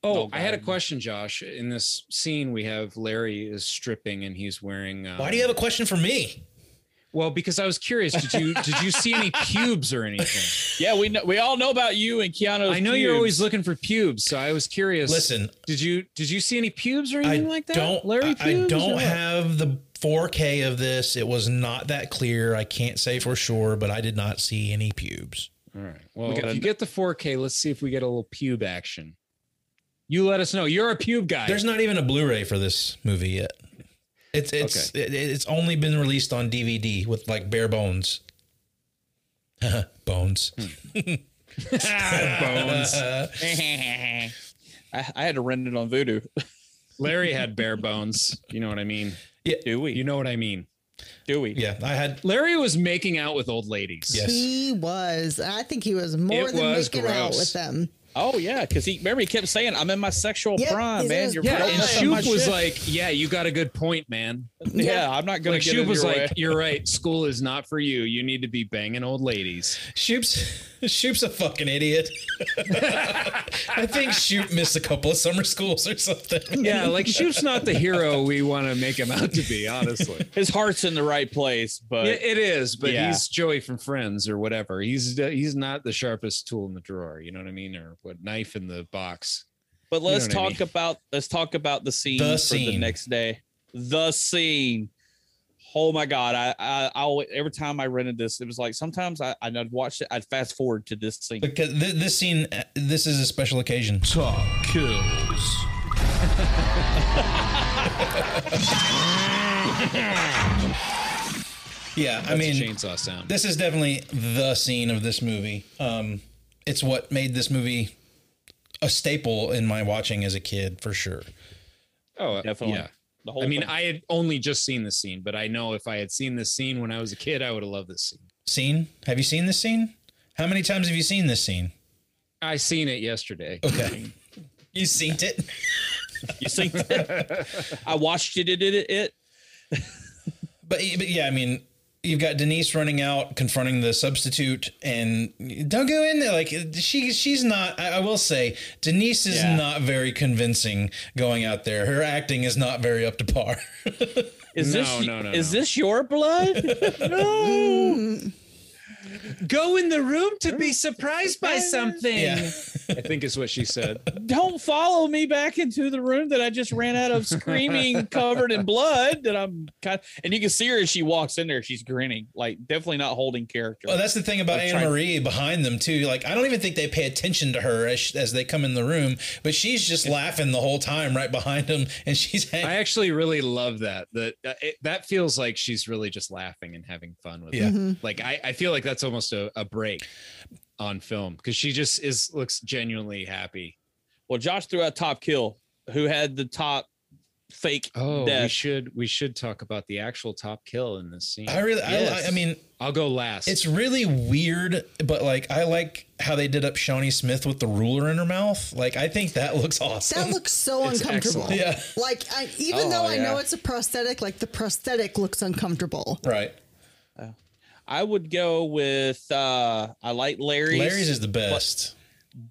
Oh, I had a question, Josh. In this scene, we have Larry is stripping and he's wearing. Um, Why do you have a question for me? Well, because I was curious. Did you did you see *laughs* any pubes or anything? Yeah, we know. We all know about you and Keanu. I know you're always looking for pubes, so I was curious. Listen. did you did you see any pubes or I anything like that? don't. Larry I, I pubes or don't what? have the 4K of this. It was not that clear. I can't say for sure, but I did not see any pubes. All right. Well, We gotta- if you get the 4K, let's see if we get a little pube action. You let us know. You're a pube guy. There's not even a Blu-ray for this movie yet. It's it's it, it's only been released on DVD with like bare bones. *laughs* bones. Hmm. *laughs* bones. *laughs* I, I had to rent it on Voodoo. Larry had bare bones. You know what I mean? Yeah. Do we? You know what I mean? Do we? *laughs* Yeah, I had Larry was making out with old ladies. He was. I think he was more It than was making out gross. with them. Oh yeah, because he remember he kept saying, "I'm in my sexual Yeah, prime, he's in man." his You're Yeah, don't and mess up my Shoop was shit." like, "Yeah, you got a good point, man." "Yeah, I'm not gonna Like get Shoop in was your like, way." "You're right. School is not for you. You need to be banging old ladies." Shoop's Shoop's a fucking idiot. *laughs* I think Shoop missed a couple of summer schools or something. *laughs* Yeah, like Shoop's not the hero we want to make him out to be, honestly. His heart's in the right place, but It- it is, but Yeah. he's Joey from Friends or whatever. He's uh, he's not the sharpest tool in the drawer, you know what I mean, or what knife in the box. But You know let's what I talk about let's talk about the scene The for the scene. next day. The scene. Oh my god! I I I'll, every time I rented this, it was like sometimes I I'd watch it, I'd fast forward to this scene. Because thi- this scene, uh, this is a special occasion. Top kills. yeah, I That's a mean, chainsaw sound. This is definitely the scene of this movie. Um, it's what made this movie a staple in my watching as a kid, for sure. Oh, Definitely. Yeah. The whole I mean, thing. I had only just seen this scene, but I know if I had seen this scene when I was a kid, I would have loved this scene. Scene? Have you seen this scene? How many times have you seen this scene? I seen it yesterday. Okay. *laughs* You seen it? *laughs* You see, I watched it. It it it. But, but yeah, I mean, you've got Denise running out, confronting the substitute, and don't go in there. Like she, she's not. I, I will say, Denise is Yeah. not very convincing going out there. Her acting is not very up to par. *laughs* Is No, this no, no, is no. this your blood? *laughs* no. Go in the room to be surprised by something. I think is what she said. Don't follow me back into the room that I just ran *laughs* out of screaming covered in blood that I'm kind and you can see her as she walks in there she's grinning like definitely not holding character. Well, that's the thing about Like, Anne trying- Marie behind them too. Like, I don't even think they pay attention to her as, as they come in the room, but she's just laughing the whole time right behind them, and she's hanging. I actually really love that. That that- it, that feels like she's really just laughing and having fun with Yeah. it. Mhm. Like I, I feel like that's almost a, a break on film because she just is looks genuinely happy. Well, Josh threw out top kill who had the top fake Oh, we death. should we should talk about the actual top kill in this scene. I really, I, I, I Yes. mean, I'll go last. it's really weird, but like, I like how they did up Shawnee Smith with the ruler in her mouth. Like, I think that *laughs* looks awesome. That looks so It's uncomfortable. excellent. Yeah. Like I, even Oh, though I know yeah. it's a prosthetic, like the prosthetic looks uncomfortable. Right. I would go with uh I like Larry's. Larry's is the best.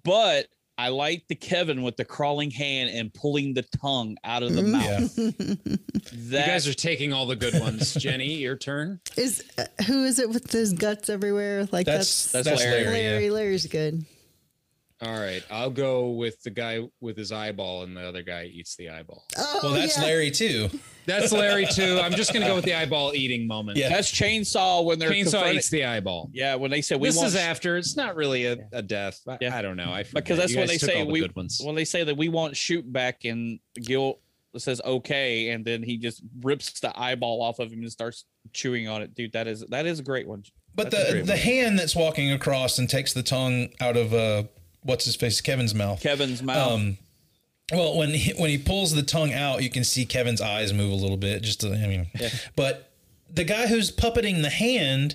But, but I like the Kevin with the crawling hand and pulling the tongue out of the mouth. Mm. you guys are taking all the good ones. Jenny, *laughs* your turn. Is uh, who is it with those guts everywhere? Like That's- that's that's That's Larry, Larry, yeah. Larry's good. All right, I'll go with the guy with his eyeball, and the other guy eats the eyeball. Oh, Well, that's yeah. Larry too. That's Larry too. I'm just gonna go with the eyeball eating moment. Yeah. That's chainsaw when they're chainsaw confronted- eats the eyeball. Yeah, when they say we this want is after. It's not really a, a death. I, I don't know. I forget. because that's You when they guys took say all the we good ones. when they say that we want shoot back and Gil says okay and then he just rips the eyeball off of him and starts chewing on it. Dude, that is that is a great one. But That's a the great the one. hand that's walking across and takes the tongue out of uh what's his face Kevin's mouth. Um, Kevin's mouth. Um, well, when he, when he pulls the tongue out, you can see Kevin's eyes move a little bit. Just to, I mean, but the guy who's puppeting the hand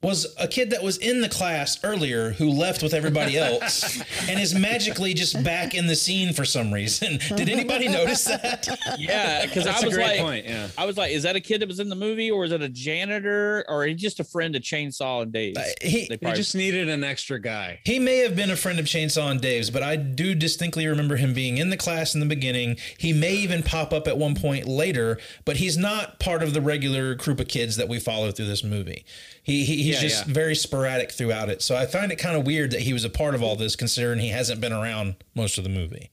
was a kid that was in the class earlier who left with everybody else and is magically just back in the scene for some reason. *laughs* Did anybody notice that? *laughs* Yeah, because I That's a was great like, point, yeah. I was like, is that a kid that was in the movie, or is it a janitor, or is he just a friend of Chainsaw and Dave? he- They Uh, just needed an extra guy. He may have been a friend of Chainsaw and Dave's, but I do distinctly remember him being in the class in the beginning. He may even pop up at one point later, but he's not part of the regular group of kids that we follow through this movie. He, he he's Yeah, just yeah. very sporadic throughout it. So I find it kind of weird that he was a part of all this, considering he hasn't been around most of the movie.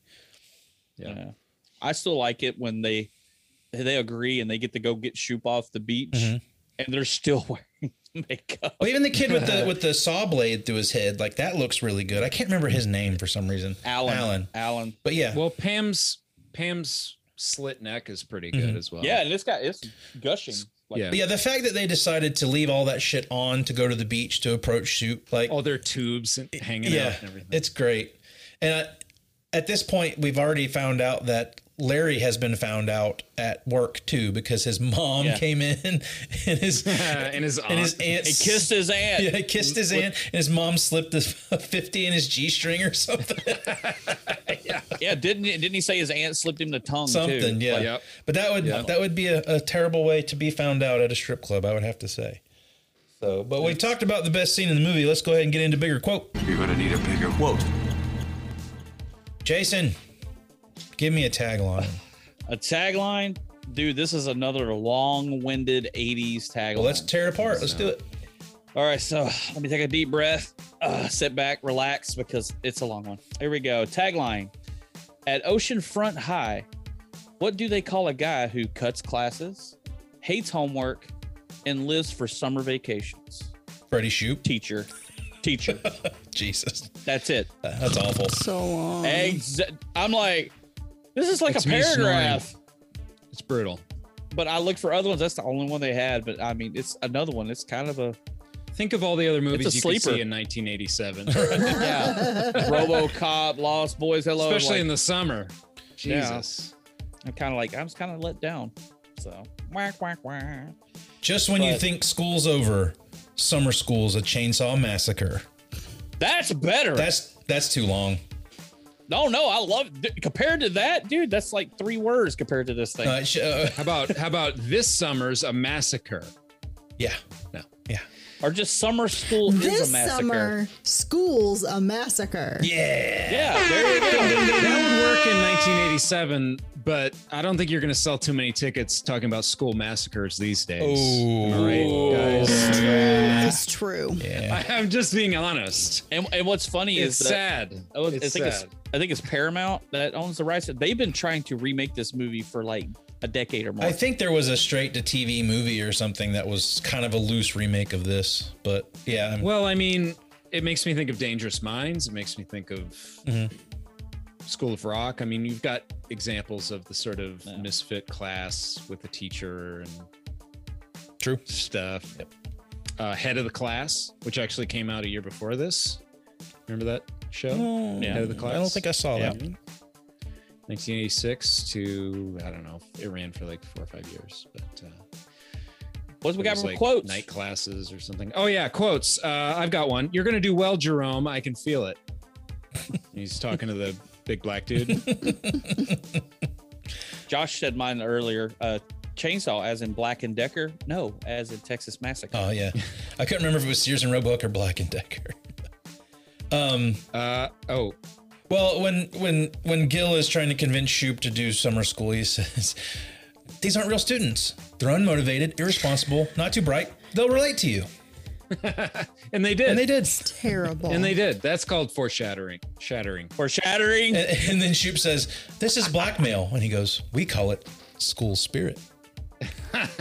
yeah. I still like it when they they agree and they get to go get Shoop off the beach, Mm-hmm. Mhm. and they're still *laughs* wearing makeup. Well, Oh, even the kid *laughs* with the with the saw blade through his head, like that looks really good. I can't remember his name for some reason. Alan, Alan. Alan. But yeah. Well, Pam's Pam's slit neck is pretty good Mhm. as well. Mm-hmm. Yeah, and this guy is gushing. Like, But yeah, the fact that they decided to leave all that shit on to go to the beach to approach shoot, like all their tubes and hanging out and everything. It's great. And I, at this point, we've already found out that Larry has been found out at work too because his mom Yeah. came in *laughs* and his and his and his aunt. aunt He kissed his *laughs* aunt. Yeah, he kissed his aunt, and his mom slipped his *laughs* fifty in his g string or something. yeah, didn't didn't he say his aunt slipped him the tongue? too? something, yeah. Like, But that would Yeah. that would be a, a terrible way to be found out at a strip club. I would have to say. So, but we talked about the best scene in the movie. Let's go ahead and get into bigger quote. You're gonna need a bigger quote. Jason, give me a tagline. A tagline, dude. This is another long-winded '80s tagline. let's tear it apart. Let's do it. All right, so let me take a deep breath, uh, sit back, relax, because it's a long one. Here we go. Tagline: At Oceanfront High, what do they call a guy who cuts classes, hates homework, and lives for summer vacations? Freddie Shoop. Teacher. *laughs* Teacher. Jesus. That's it. That's awful. So long. Exa- I'm like, this is like It's a me snoring. paragraph. It's brutal. But I looked for other ones. That's the only one they had. But I mean, it's another one. It's kind of a Think of all the other movies It's a you could see sleeper. in *laughs* 1987, *laughs* yeah. RoboCop, Lost Boys, hello. especially like- in the summer. Yeah. Jesus. I'm kind of like I was kind of let down. So whack whack whack. Just when you But- think school's over, summer school's a chainsaw massacre. That's better. That's that's too long. No, no, I love d- compared to that, dude. That's like three words compared to this thing. Uh, sh- uh, How about how about this summer's a massacre? Yeah. No. Yeah. Or just summer school This summer, school's a massacre. Yeah. Yeah. There you go. That would work in 1987, but I don't think you're going to sell too many tickets talking about school massacres these days. Am I right, *laughs* guys? It's true. I, am just being honest. And, and what's funny It's is that- sad. I, was- I It's think sad. it's I think it's Paramount that owns the rights. They've been trying to remake this movie for like a decade or more. I think there was a straight to TV movie or something that was kind of a loose remake of this, but yeah. I'm- Well, I mean, it makes me think of Dangerous Minds. It makes me think of Mhm. School of Rock. I mean, you've got examples of the sort of misfit class with the teacher and true stuff. Uh, Head of the Class, which actually came out a year before this. Remember that show? Oh, Head of the Class. I don't think I saw Yeah. that. 1986 to I don't know. It ran for like four or five years, but. Uh, What's we there got was, from like, quotes? Night classes or something. Oh yeah, quotes. Uh, I've got one. You're gonna do well, Jerome. I can feel it. *laughs* He's talking to the big black *laughs* dude. Josh said mine earlier. Uh, chainsaw, as in Black and Decker. No, as in Texas Massacre. Uh, Oh yeah, I couldn't remember if it was Sears and Roebuck or Black and Decker. um. Uh oh. Well, when when when Gil is trying to convince Shoop to do summer school, he *laughs* says, "These aren't real students. They're unmotivated, irresponsible, not too bright. They'll relate to you." and they did. And they did. Terrible. And they did. That's called foreshadowing. Shattering. *laughs* Foreshadowing. And, and then Shoop says, "This is blackmail," and he goes, "We call it school spirit."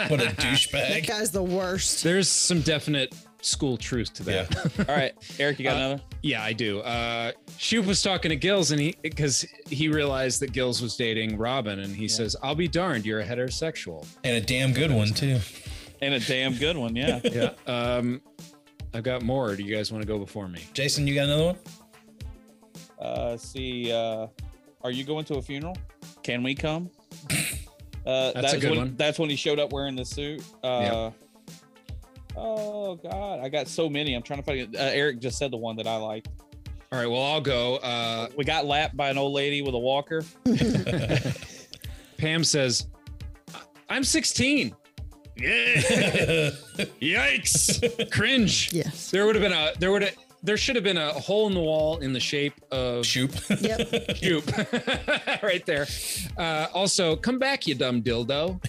what a douchebag! That guy's the worst. There's some definite school truth to that. All right, Eric, you got Uh, another? Yeah, I do. Uh, Shoop was talking to Gills, and he because he realized that Gills was dating Robin, and he says, "I'll be darned, you're a heterosexual." And a damn good one too. And a damn good one, yeah. *laughs* yeah. Um, I've got more. Do you guys want to go before me? Jason, you got another one? Uh, see, uh, are you going to a funeral? Can we come? Uh, That's a good when, one. That's when he showed up wearing the suit. Uh, Oh God, I got so many. I'm trying to find. Uh, Eric just said the one that I liked. All right, well I'll go. Uh, we got lapped by an old lady with a walker. Pam says, "I'm 16." *laughs* Yeah. Yikes. Cringe. Yes. There would have been a there would have there should have been a hole in the wall in the shape of Shoop. *laughs* *laughs* Yep. Shoop. right there. Uh, also, come back, you dumb dildo.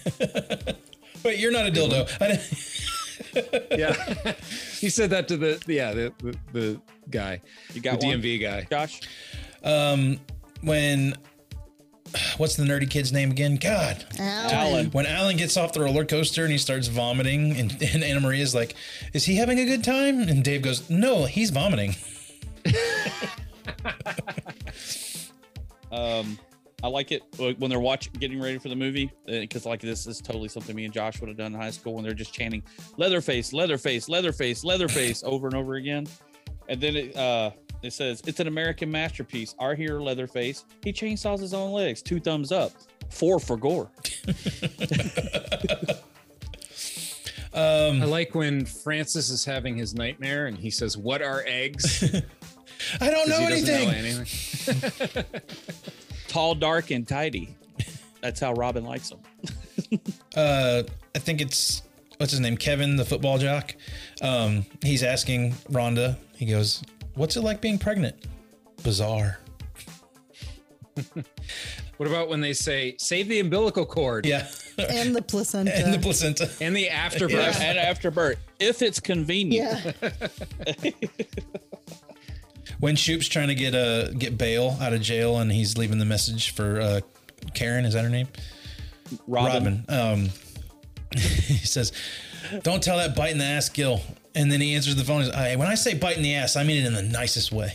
Wait, you're not a dildo. I didn't- yeah. he said that to the yeah, the the, the guy. You got the one? DMV guy. Josh. Um, when what's the nerdy kid's name again? God, Alan. When Alan gets off the roller coaster and he starts vomiting, and, and Anna Maria's like, "Is he having a good time?" And Dave goes, "No, he's vomiting." Um, I like it like, when they're watching, getting ready for the movie, because like this is totally something me and Josh would have done in high school when they're just chanting "Leatherface, Leatherface, Leatherface, Leatherface" over and over again, and then it uh, it says it's an American masterpiece. Our hero Leatherface, he chainsaws his own legs. Two thumbs up, four for gore. I like when Francis is having his nightmare and he says, "What are eggs?" I 'Cause don't know he doesn't anything. Tall, dark, and tidy. That's how Robin likes them. uh, I think it's what's his name, Kevin, the football jock. Um, he's asking Rhonda. He goes, "What's it like being pregnant?" Bizarre. What about when they say, "Save the umbilical cord"? Yeah, *laughs* And the placenta. and the placenta. and the afterbirth. Yeah, and afterbirth, if it's convenient. Yeah. When Shoop's trying to get uh get bail out of jail and he's leaving the message for uh, Karen, is that her name? Robin. Um, *laughs* he says, "Don't tell that bite in the ass, Gil." And then he answers the phone. He's, "Hey, when I say bite in the ass, I mean it in the nicest way.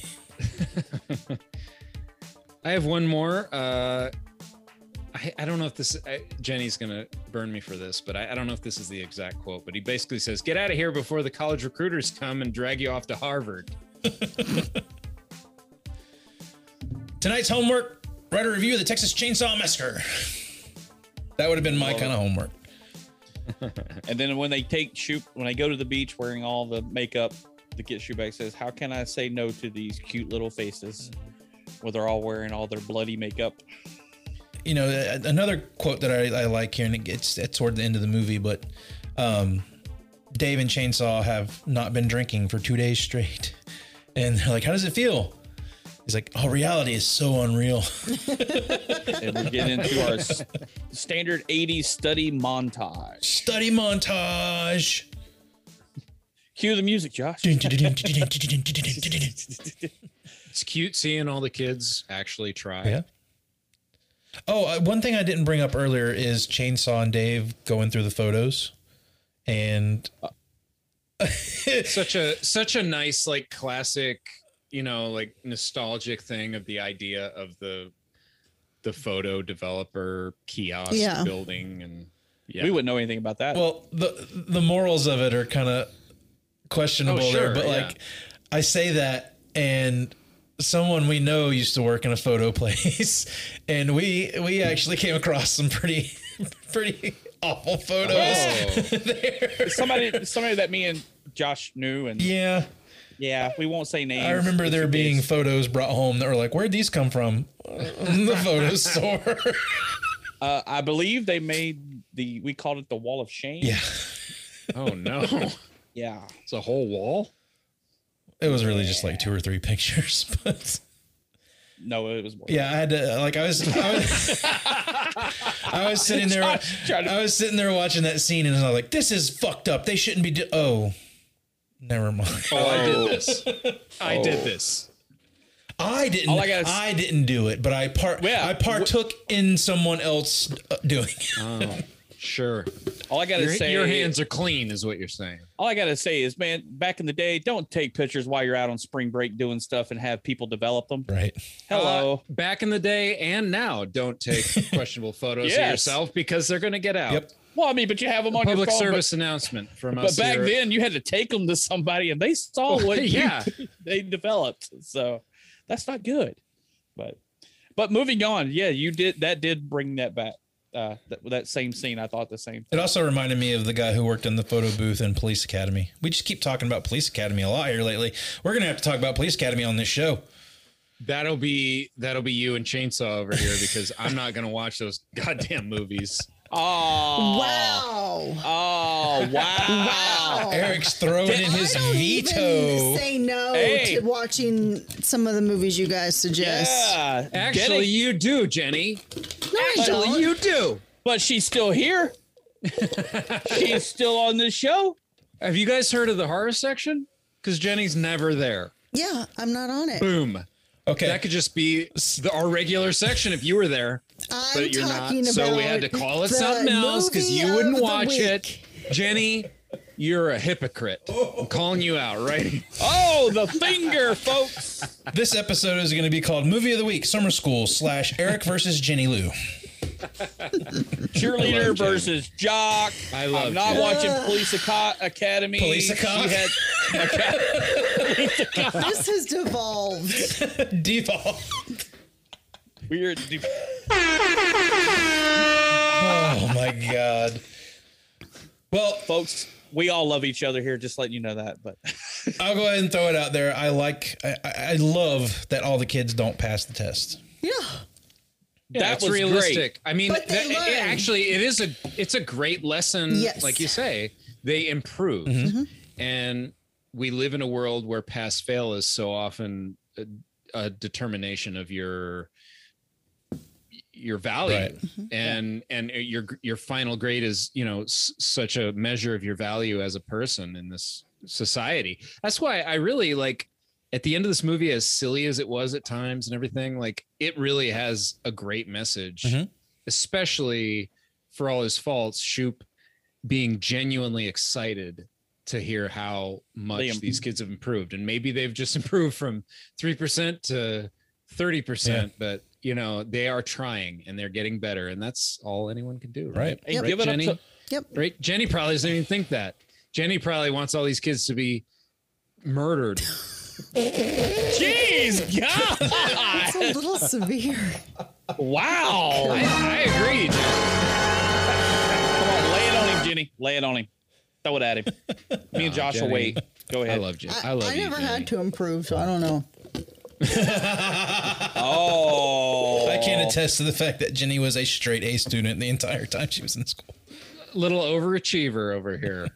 I have one more. Uh, I, I don't know if this I, Jenny's gonna burn me for this, but I, I don't know if this is the exact quote. But he basically says, "Get out of here before the college recruiters come and drag you off to Harvard." Tonight's homework: write a review of the Texas Chainsaw Massacre. *laughs* that would have been my Love kind of it. homework. And then when they take shoot, when they go to the beach wearing all the makeup, the get shoe back says, "How can I say no to these cute little faces?" Where they're all wearing all their bloody makeup. you know a- another quote that I, I like here and it gets at toward the end of the movie but um dave and chainsaw have not been drinking for two days straight *laughs* and they're like how does it feel he's like oh reality is so unreal *laughs* And we get into our s- standard '80s study montage. study montage Cue the music, Josh. It's cute seeing all the kids actually try. Yeah. oh uh, one thing i didn't bring up earlier is chainsaw and dave going through the photos and such a such a nice like classic you know like nostalgic thing of the idea of the the photo developer kiosk Yeah. building and yeah We wouldn't know anything about that. Well, the the morals of it are kind of questionable Oh, sure, there, but yeah. like I say that and someone we know used to work in a photo *laughs* place, and we we actually came across some pretty *laughs* pretty awful Oh, photos. somebody, somebody that me and Josh knew, and yeah, yeah, we won't say names. I remember there It's- being photos brought home that were like, "Where'd these come from?" *laughs* In the *laughs* photo store. Uh, I believe they made the we called it the Wall of Shame. Yeah. Oh no. yeah. It's a whole wall. It was really just like two or three pictures, *laughs* but No, it was more. yeah, I had to uh, like I was *laughs* I was, I was sitting there I was sitting there watching that scene and I was like, "This is fucked up. They shouldn't be." Do- oh, never mind. Oh, I did this. I did this. I didn't. All I, I gotta s- didn't do it, but I part. I partook in someone else uh, doing it. Oh, Sure. All I gotta your, say- your hands are clean, is what you're saying. All I gotta say is, man, back in the day, don't take pictures while you're out on spring break doing stuff and have people develop them. Right. Hello. Uh, back in the day and now, don't *laughs* take questionable photos of Yes. yourself because they're going to get out. Yep. Well, I mean, but you have them on your Public phone, service but- announcement from but us. back here. then, you had to take them to somebody, and they *laughs* saw Well, what you- yeah. *laughs* they developed. So that's not good. But but moving on, yeah, you did that did bring that back. Uh, that, that same scene, I thought the same. It also reminded me of the guy who worked in the photo booth in Police Academy. We just keep talking about Police Academy a lot here lately. We're gonna have to talk about Police Academy on this show. That'll be that'll be you and Chainsaw over here because I'm not going to watch those goddamn movies. Oh wow! *laughs* Oh wow! Eric's throwing in his veto. Even say no Hey. to watching some of the movies you guys suggest. Yeah, Actually, you do, Jenny. No, I Actually, don't. you do. But she's *laughs* still here. she's still on this show. Have you guys heard of the horror section? Because Jenny's never there. Yeah, I'm not on it. Boom. Okay. That could just be the, our regular section if you were there. I'm but you're not. talking So we had to about call it the something else because movie you wouldn't of the watch it. Jenny, you're a hypocrite. I'm calling you out, right? *laughs* Oh, the finger, folks. This episode is gonna be called Movie of the Week Summer School slash Eric versus Jenny Lou. I Cheerleader love Jenny. versus jock. I love I'm not Jenny. watching Police Aca- Academy. Police Aca- She had- this has devolved. Default. Weird. oh my god. Well, folks, we all love each other here. Just letting you know that. But I'll go ahead and throw it out there. I like, I, I I love that all the kids don't pass the test. Yeah. That's that was realistic. Great. I mean, But they that- it- learn. it actually, it is a it's a great lesson. Yes. Mm-hmm. Like you say, they improve, and we live in a world where pass fail is so often a, a determination of your your value and and your your final grade is you know s- such a measure of your value as a person in this society that's why i really like at the end of this movie as silly as it was at times and everything like it really has a great message especially for all his faults shoop being genuinely excited to hear how much They im- these kids have improved and maybe they've just *laughs* improved from 3% to 30% but you know they are trying and they're getting better and that's all anyone can do right Right. Yep. right Give it up jenny to- *laughs* Yep. right jenny probably doesn't even think that jenny probably wants all these kids to be *laughs* murdered Jeez, It's a God. little severe. wow. I, I agree Jenny. Come on, lay it on him, Jenny. Lay it on him. Throw it at him. Me and Josh will Jenny. wait. Go ahead. i love jenny i, I, love you never Jenny. had to improve, so I don't know. Oh, I can attest to the fact that Jenny was a straight A student the entire time she was in school. little overachiever over *laughs* here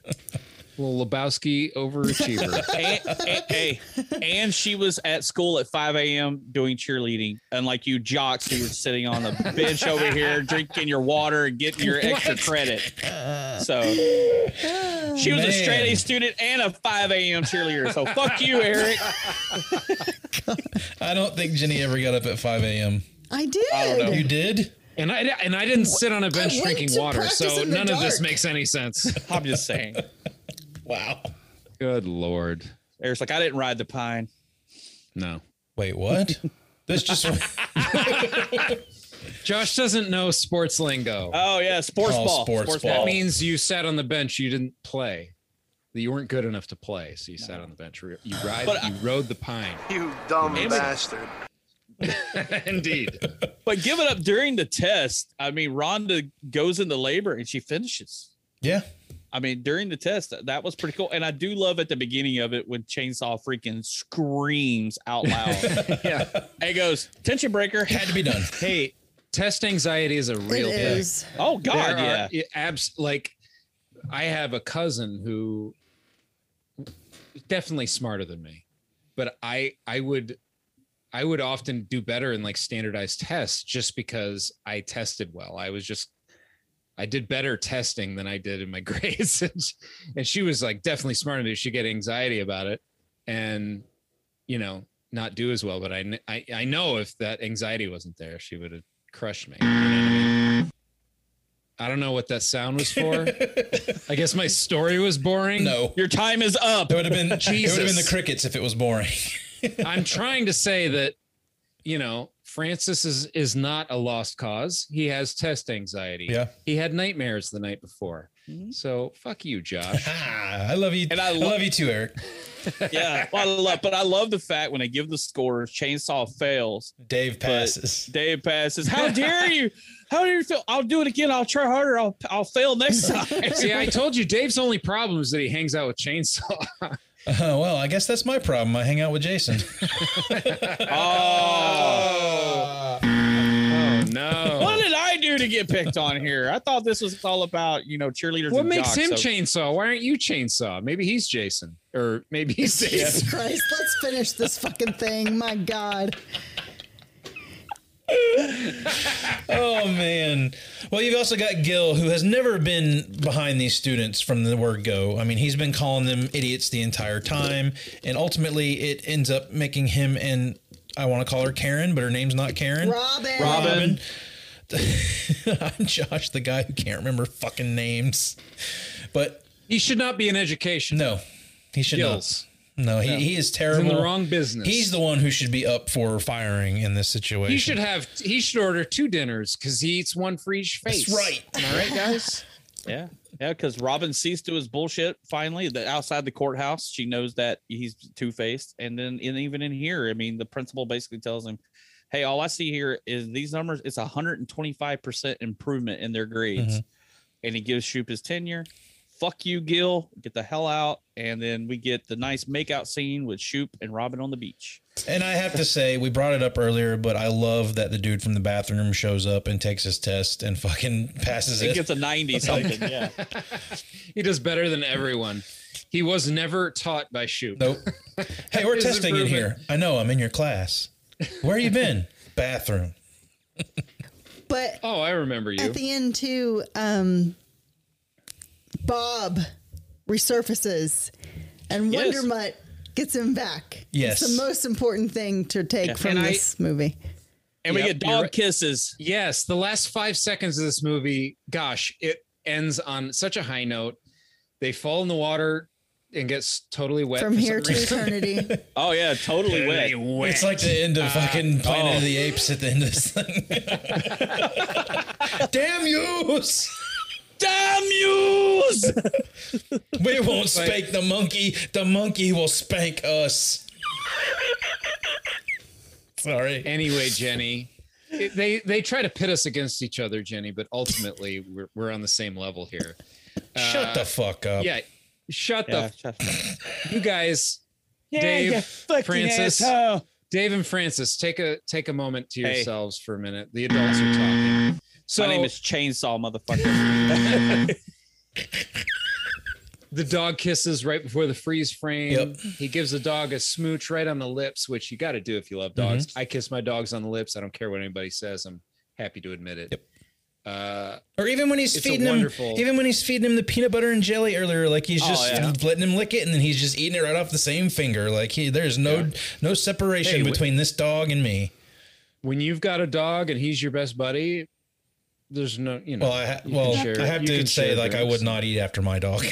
little lebowski overachiever and, and- hey, and she was at school at 5 a.m. doing cheerleading, unlike you jocks who were sitting on the bench over here drinking your water and getting your extra What? credit. So she was a straight A Man. student and a 5 a.m. cheerleader. So fuck you, Eric. I don't think Jenny ever got up at 5 a.m. I did. You did? And I and I didn't sit on a bench went drinking to water, practice so in the none of this dark. makes any *laughs* sense. I'm just saying. Wow. Good lord, Eric's like, I didn't ride the pine. no. Wait, what? *laughs* That's just Josh doesn't know sports lingo. Oh, yeah. Sports Oh, ball. sports sports ball. That ball. means you sat on the bench, you didn't play. that you weren't good enough to play, so you sat on the bench. You ride, But I- you rode the pine. *laughs* You dumb bastard. Indeed. But give it up during the test. I mean, Rhonda goes into labor and she finishes. Yeah. I mean, during the test, that- that was pretty cool. And I do love at the beginning of it when Chainsaw freaking screams *laughs* out loud. yeah. Hey, goes, tension breaker. Had to be done. Hey, test anxiety is a real thing. is. Oh, God, yeah. it- abs- like I have a cousin who definitely smarter than me, but I I would I would often do better in like standardized tests just because I tested well. I was just I did better testing than I did in my *laughs* grades. and, she, and she was like definitely smarter than me. She'd get anxiety about it and you know, not do as well. But I kn- I, I know if that anxiety wasn't there, she would have crushed me. You know what I mean? I don't know what that sound was for. I guess my story was boring. No. Your time is *laughs* up. It would have been It would have Jesus. been the crickets if it was boring. *laughs* I'm trying to say that, you know, Francis is is not a lost cause. He has test anxiety. Yeah. He had nightmares the night before. So fuck you, Josh. Ah, I love you. And I I lo- love you too, Eric. yeah, well, I love, but I love the fact when they give the scores, Chainsaw fails. Dave passes. Dave passes. How dare you? How dare you feel? I'll do it again. I'll try harder. I'll I'll *laughs* fail next time. See, I told you Dave's only problem is that he hangs out with chainsaw. *laughs* Uh, well, I guess that's my problem. I hang out with Jason. *laughs* oh. oh no! What did I do to get picked on here? I thought this was all about you know cheerleaders. What and makes jocks, him so- chainsaw? Why aren't you chainsaw? Maybe he's Jason, or maybe *laughs* he's Jesus Dave. Christ, let's finish this fucking thing. My God. oh man. Well, you've also got Gil, who has never been behind these students from the word go. I mean, he's been calling them idiots the entire time, and ultimately, it ends up making him and I want to call her Karen, but her name's not Karen. Robin. Robin. *laughs* I'm Josh, the guy who can't remember fucking names. But he should not be in education. No, he should Gills. not. No, he, No. he He's is in the terrible. wrong business. He's the one who should be up for firing in this situation. He should have. He should order two dinners because he eats one for each face. That's right. Am I right, guys? Yeah, yeah, because Robin ceased to his bullshit finally. That outside the courthouse, she knows that he's two faced, and then and even in here, I mean, the principal basically tells him, "Hey, all I see here is these numbers. It's a hundred and twenty five percent improvement in their grades," and he gives Shoop his tenure. Fuck you, Gil. Get the hell out. And then we get the nice makeout scene with Shoop and Robin on the beach. And I have to say, we brought it up earlier, but I love that the dude from the bathroom shows up and takes his test and *laughs* fucking passes It it. gets a ninety something. yeah. *laughs* He does better than everyone. He was never taught by Shoop. Nope. Hey, we're His testing in here. improvement. I know I'm in your class. Where you been? Bathroom. But Oh, I remember you. at the end, too, um, Bob resurfaces and Yes. Wonder Mutt gets him back. Yes. It's the most important thing to take Yeah. from And I- this movie. *laughs* And we Yep, get you're dog right. kisses. Yes, the last five seconds of this movie, gosh, it ends on such a high note. They fall in the water and gets totally wet From for here some to reason. eternity. *laughs* Oh yeah, totally wet. Totally wet. It's like the end of Ah. fucking Planet oh. of the Apes at the end of this *laughs* thing. Damn yous! Damn yous! we won't Like- spank the monkey. The monkey will spank us. Sorry. Anyway, Jenny, it- they they try to pit us against each other, Jenny, but ultimately we're we're on the same level here. Shut Uh, the fuck up. Yeah, shut Yeah, the. you guys, Yeah, you Dave, fucking Francis, asshole. Dave and Francis, take a take a moment to Hey. yourselves for a minute. The adults are talking. So My name is Chainsaw, motherfucker. the dog kisses right before the freeze frame. Yep. He gives the dog a smooch right on the lips, which you got to do if you love dogs. Mm-hmm. I kiss my dogs on the lips. I don't care what anybody says. I'm happy to admit it. Uh, Or even when he's It's a feeding him, wonderful- even when he's feeding him the peanut butter and jelly earlier, like he's Oh, just yeah. letting him lick it, and then he's just eating it right off the same finger. Like he, there's no no Hey, separation wh- between this dog and me. when you've got a dog and he's your best buddy, there's no, you know. Well, I ha- you can well, share- I have you to can say, share like, I would drinks. not eat after *laughs* my dog.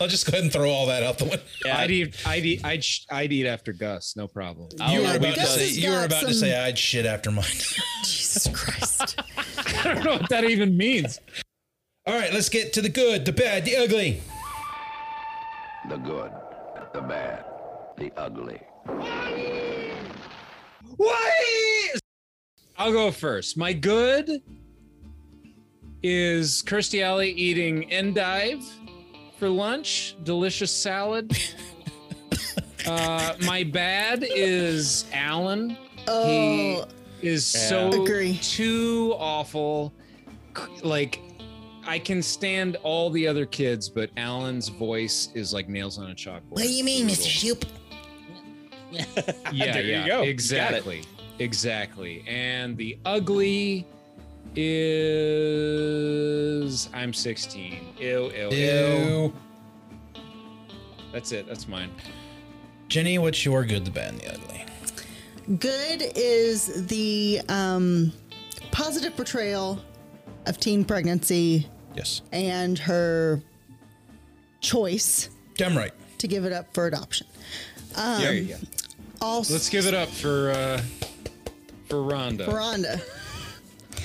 I'll just go ahead and throw all that out the window. I'd eat, I'd eat, I'd, sh- I'd eat after Gus, no *laughs* problem. You were about to Gus say, has you were got about to some- say, I'd shit after mine. *laughs* Jesus Christ. I don't know what that even means. All right, let's get to the good, the bad, the ugly. The good, the bad, the ugly. What? I'll go first. My good is Kirstie Alley eating endive for lunch, delicious *laughs* salad. uh, my bad is Alan. Oh. He is Yeah. so Agree. too awful. C- Like, I can stand all the other kids, but Alan's voice is like nails on a chalkboard. Brutal. *laughs* Shoop? yeah, There you yeah, go. You got it. Exactly. Exactly. And the ugly is I'm 16. Ew, ew, ew. Ew. That's it. That's mine. Jenny, what's your good, the bad, and the ugly? Good is the um, positive portrayal of teen pregnancy. Yes. And her choice. Damn right. To give it up for adoption. Um, there you go. Also, Let's give it up for uh for Rhonda. Rhonda.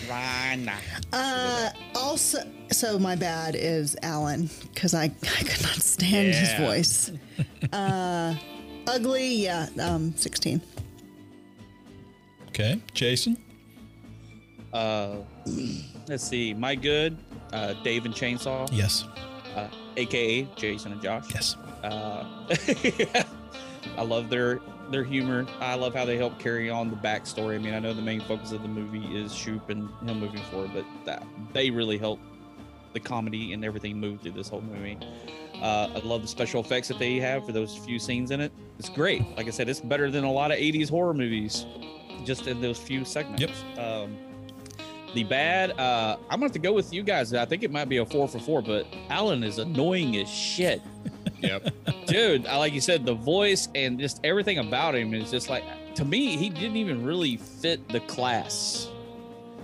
Rhonda. Uh, also, so my bad is Alan because I, I could not stand Yeah. his voice. Uh, ugly, yeah, um, 16. Okay, Jason. Uh, let's see. My good, uh, Dave and Chainsaw. Yes. Uh, AKA Jason and Josh. Yes. Uh, *laughs* I love their their humor. I love how they help carry on the backstory. I mean, I know the main focus of the movie is Shoop and him moving forward, but that they really help the comedy and everything move through this whole movie. Uh, I love the special effects that they have for those few scenes in it. It's great. Like I said, it's better than a lot of 80s horror movies, just in those few segments. Yep. Um, the bad, uh, I'm gonna have to go with you guys. I think it might be a four for four, but Alan is annoying as shit. *laughs* Yep. Dude, I, like you said, the voice and just everything about him is just like, to me, he didn't even really fit the class.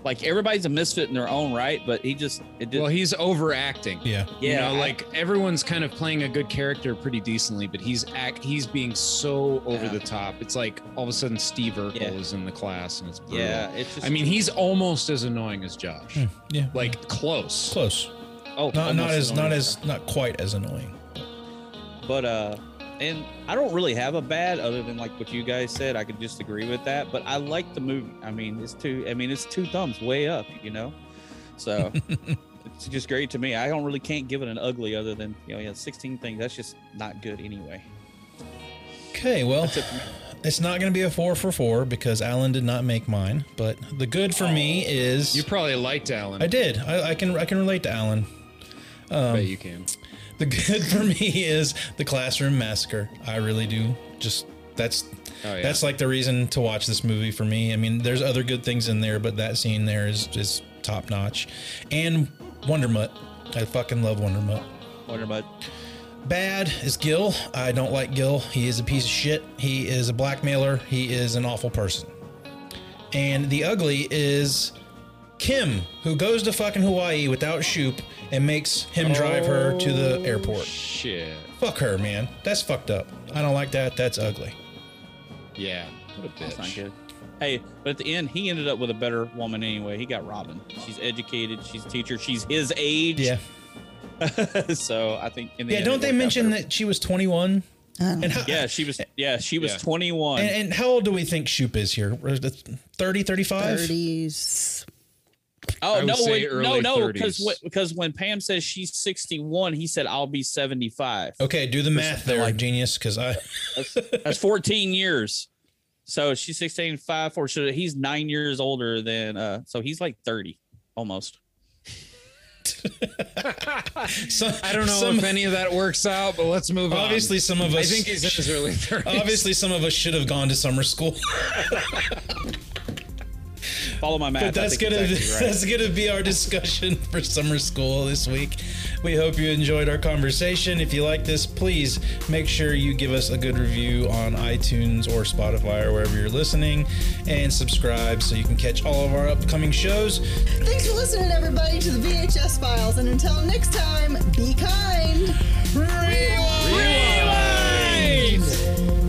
Like everybody's a misfit in their own right, but he just it did. Well, he's overacting. Yeah. Yeah, You know, I- like everyone's kind of playing a good character pretty decently, but he's act he's being so over Yeah. the top. It's like all of a sudden Steve Urkel is in the class and it's brutal. Yeah, it's just- I mean, he's almost as annoying as Josh. Hmm, Yeah. Like close. Close. Oh, Not, not almost as not annoying. as not quite as annoying. But uh and I don't really have a bad other than like what you guys said. I could just agree with that. But I like the movie. I mean, it's two I mean it's two thumbs way up, you know? *laughs* So it's just great to me. I don't really can't give it an ugly other than you know, yeah, sixteen things. That's just not good anyway. Okay, well, it's not going to be a four for four because Alan did not make mine. But the good for me is You probably liked Alan. I did. I, I can I can relate to Alan. Um, bet you can. The good for me is the classroom massacre. I really do. Just that's yeah. that's like the reason to watch this movie for me. I mean, there's other good things in there, but that scene there is is top notch. And Wonder Mutt. I fucking love Wonder Mutt. Wonder Mutt. Bad is Gil. I don't like Gil. He is a piece of shit. He is a blackmailer. He is an awful person. And the ugly is Kim, who goes to fucking Hawaii without Shoop and makes him Oh. drive her to the airport. Shit. Fuck her, man. That's fucked up. I don't like that. That's ugly. *laughs* Yeah. What a bitch. That's not good. Hey, but at the end he ended up with a better woman anyway. He got Robin. She's educated, she's a teacher, she's his age. Yeah. *laughs* so I think in the Yeah, end, it don't they worked out mention that she was 21? And how, yeah, she was. Yeah, she was Yeah. 21. and, and how old do we think Shoop is here? 30, 35? 30s. oh I would no, say wait, no, early no, because 30s. because when Pam says she's 61, he said I'll be 75. Okay, do the math there, genius, because I. *laughs* That's, that's 14 years. So she's 16, five, four. So he's nine years older than. uh So he's like 30 almost. I don't know some- if any of that works out, but let's move on. Obviously, some of us. I think he's in his early 30s. Obviously, some of us should have gone to summer school. Follow my math. I but that's think gonna exactly right. that's gonna be our discussion *laughs* for summer school this week. We hope you enjoyed our conversation. If you like this, please make sure you give us a good review on iTunes or Spotify or wherever you're listening, and subscribe so you can catch all of our upcoming shows. Thanks for listening, everybody, to the VHS files. And until next time, be kind. Rewind!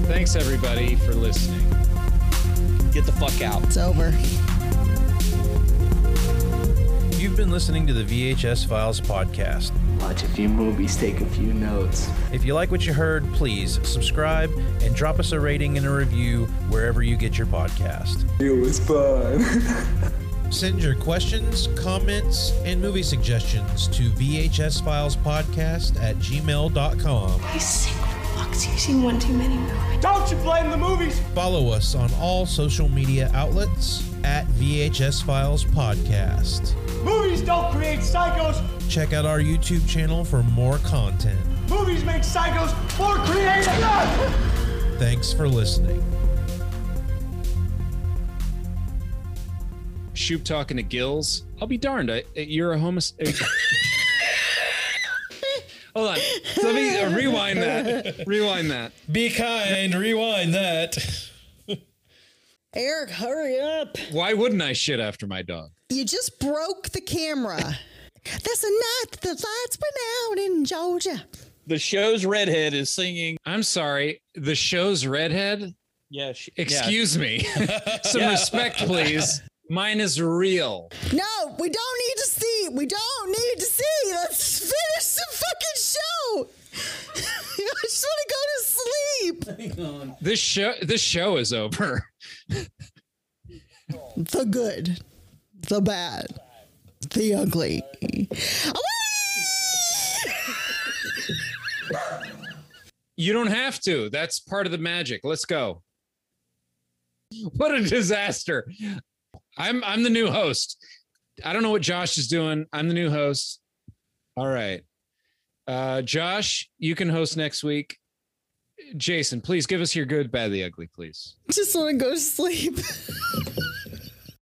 Thanks, everybody, for listening. Get the fuck out. It's over. You You've been listening to the VHS Files podcast. Watch a few movies, take a few notes. If you like what you heard, please subscribe and drop us a rating and a review wherever you get your podcast. It was fun. *laughs* Send your questions, comments, and movie suggestions to vhsfilespodcast at gmail.com. He's sick box. He's seen one too many movies. Don't you blame the movies! Follow us on all social media outlets at VHS Files Podcast. Movies don't create psychos. Check out our YouTube channel for more content. Movies make psychos more creative. Thanks for listening. Shoop talking to Gills. I'll be darned. I, you're a homo. *laughs* Hold on. Let me uh, rewind that. Rewind that. Be kind. Rewind that. Eric, hurry up. Why wouldn't I shit after my dog? You just broke the camera. That's the night the lights went out in Georgia. The show's redhead is singing. I'm sorry. The show's redhead? Yeah. She, Excuse me. *laughs* Some respect, please. Mine is real. No, we don't need to see. We don't need to see. Let's finish the fucking show. *laughs* I just want to go to sleep. This show this show is over. The good, the bad, the ugly. *laughs* Away! You don't have to. That's part of the magic. Let's go. What a disaster. I'm I'm the new host. I don't know what Josh is doing. I'm the new host. All right. Uh Josh, you can host next week. Jason, please give us your good, bad, the ugly, please. just want to go to sleep. *laughs*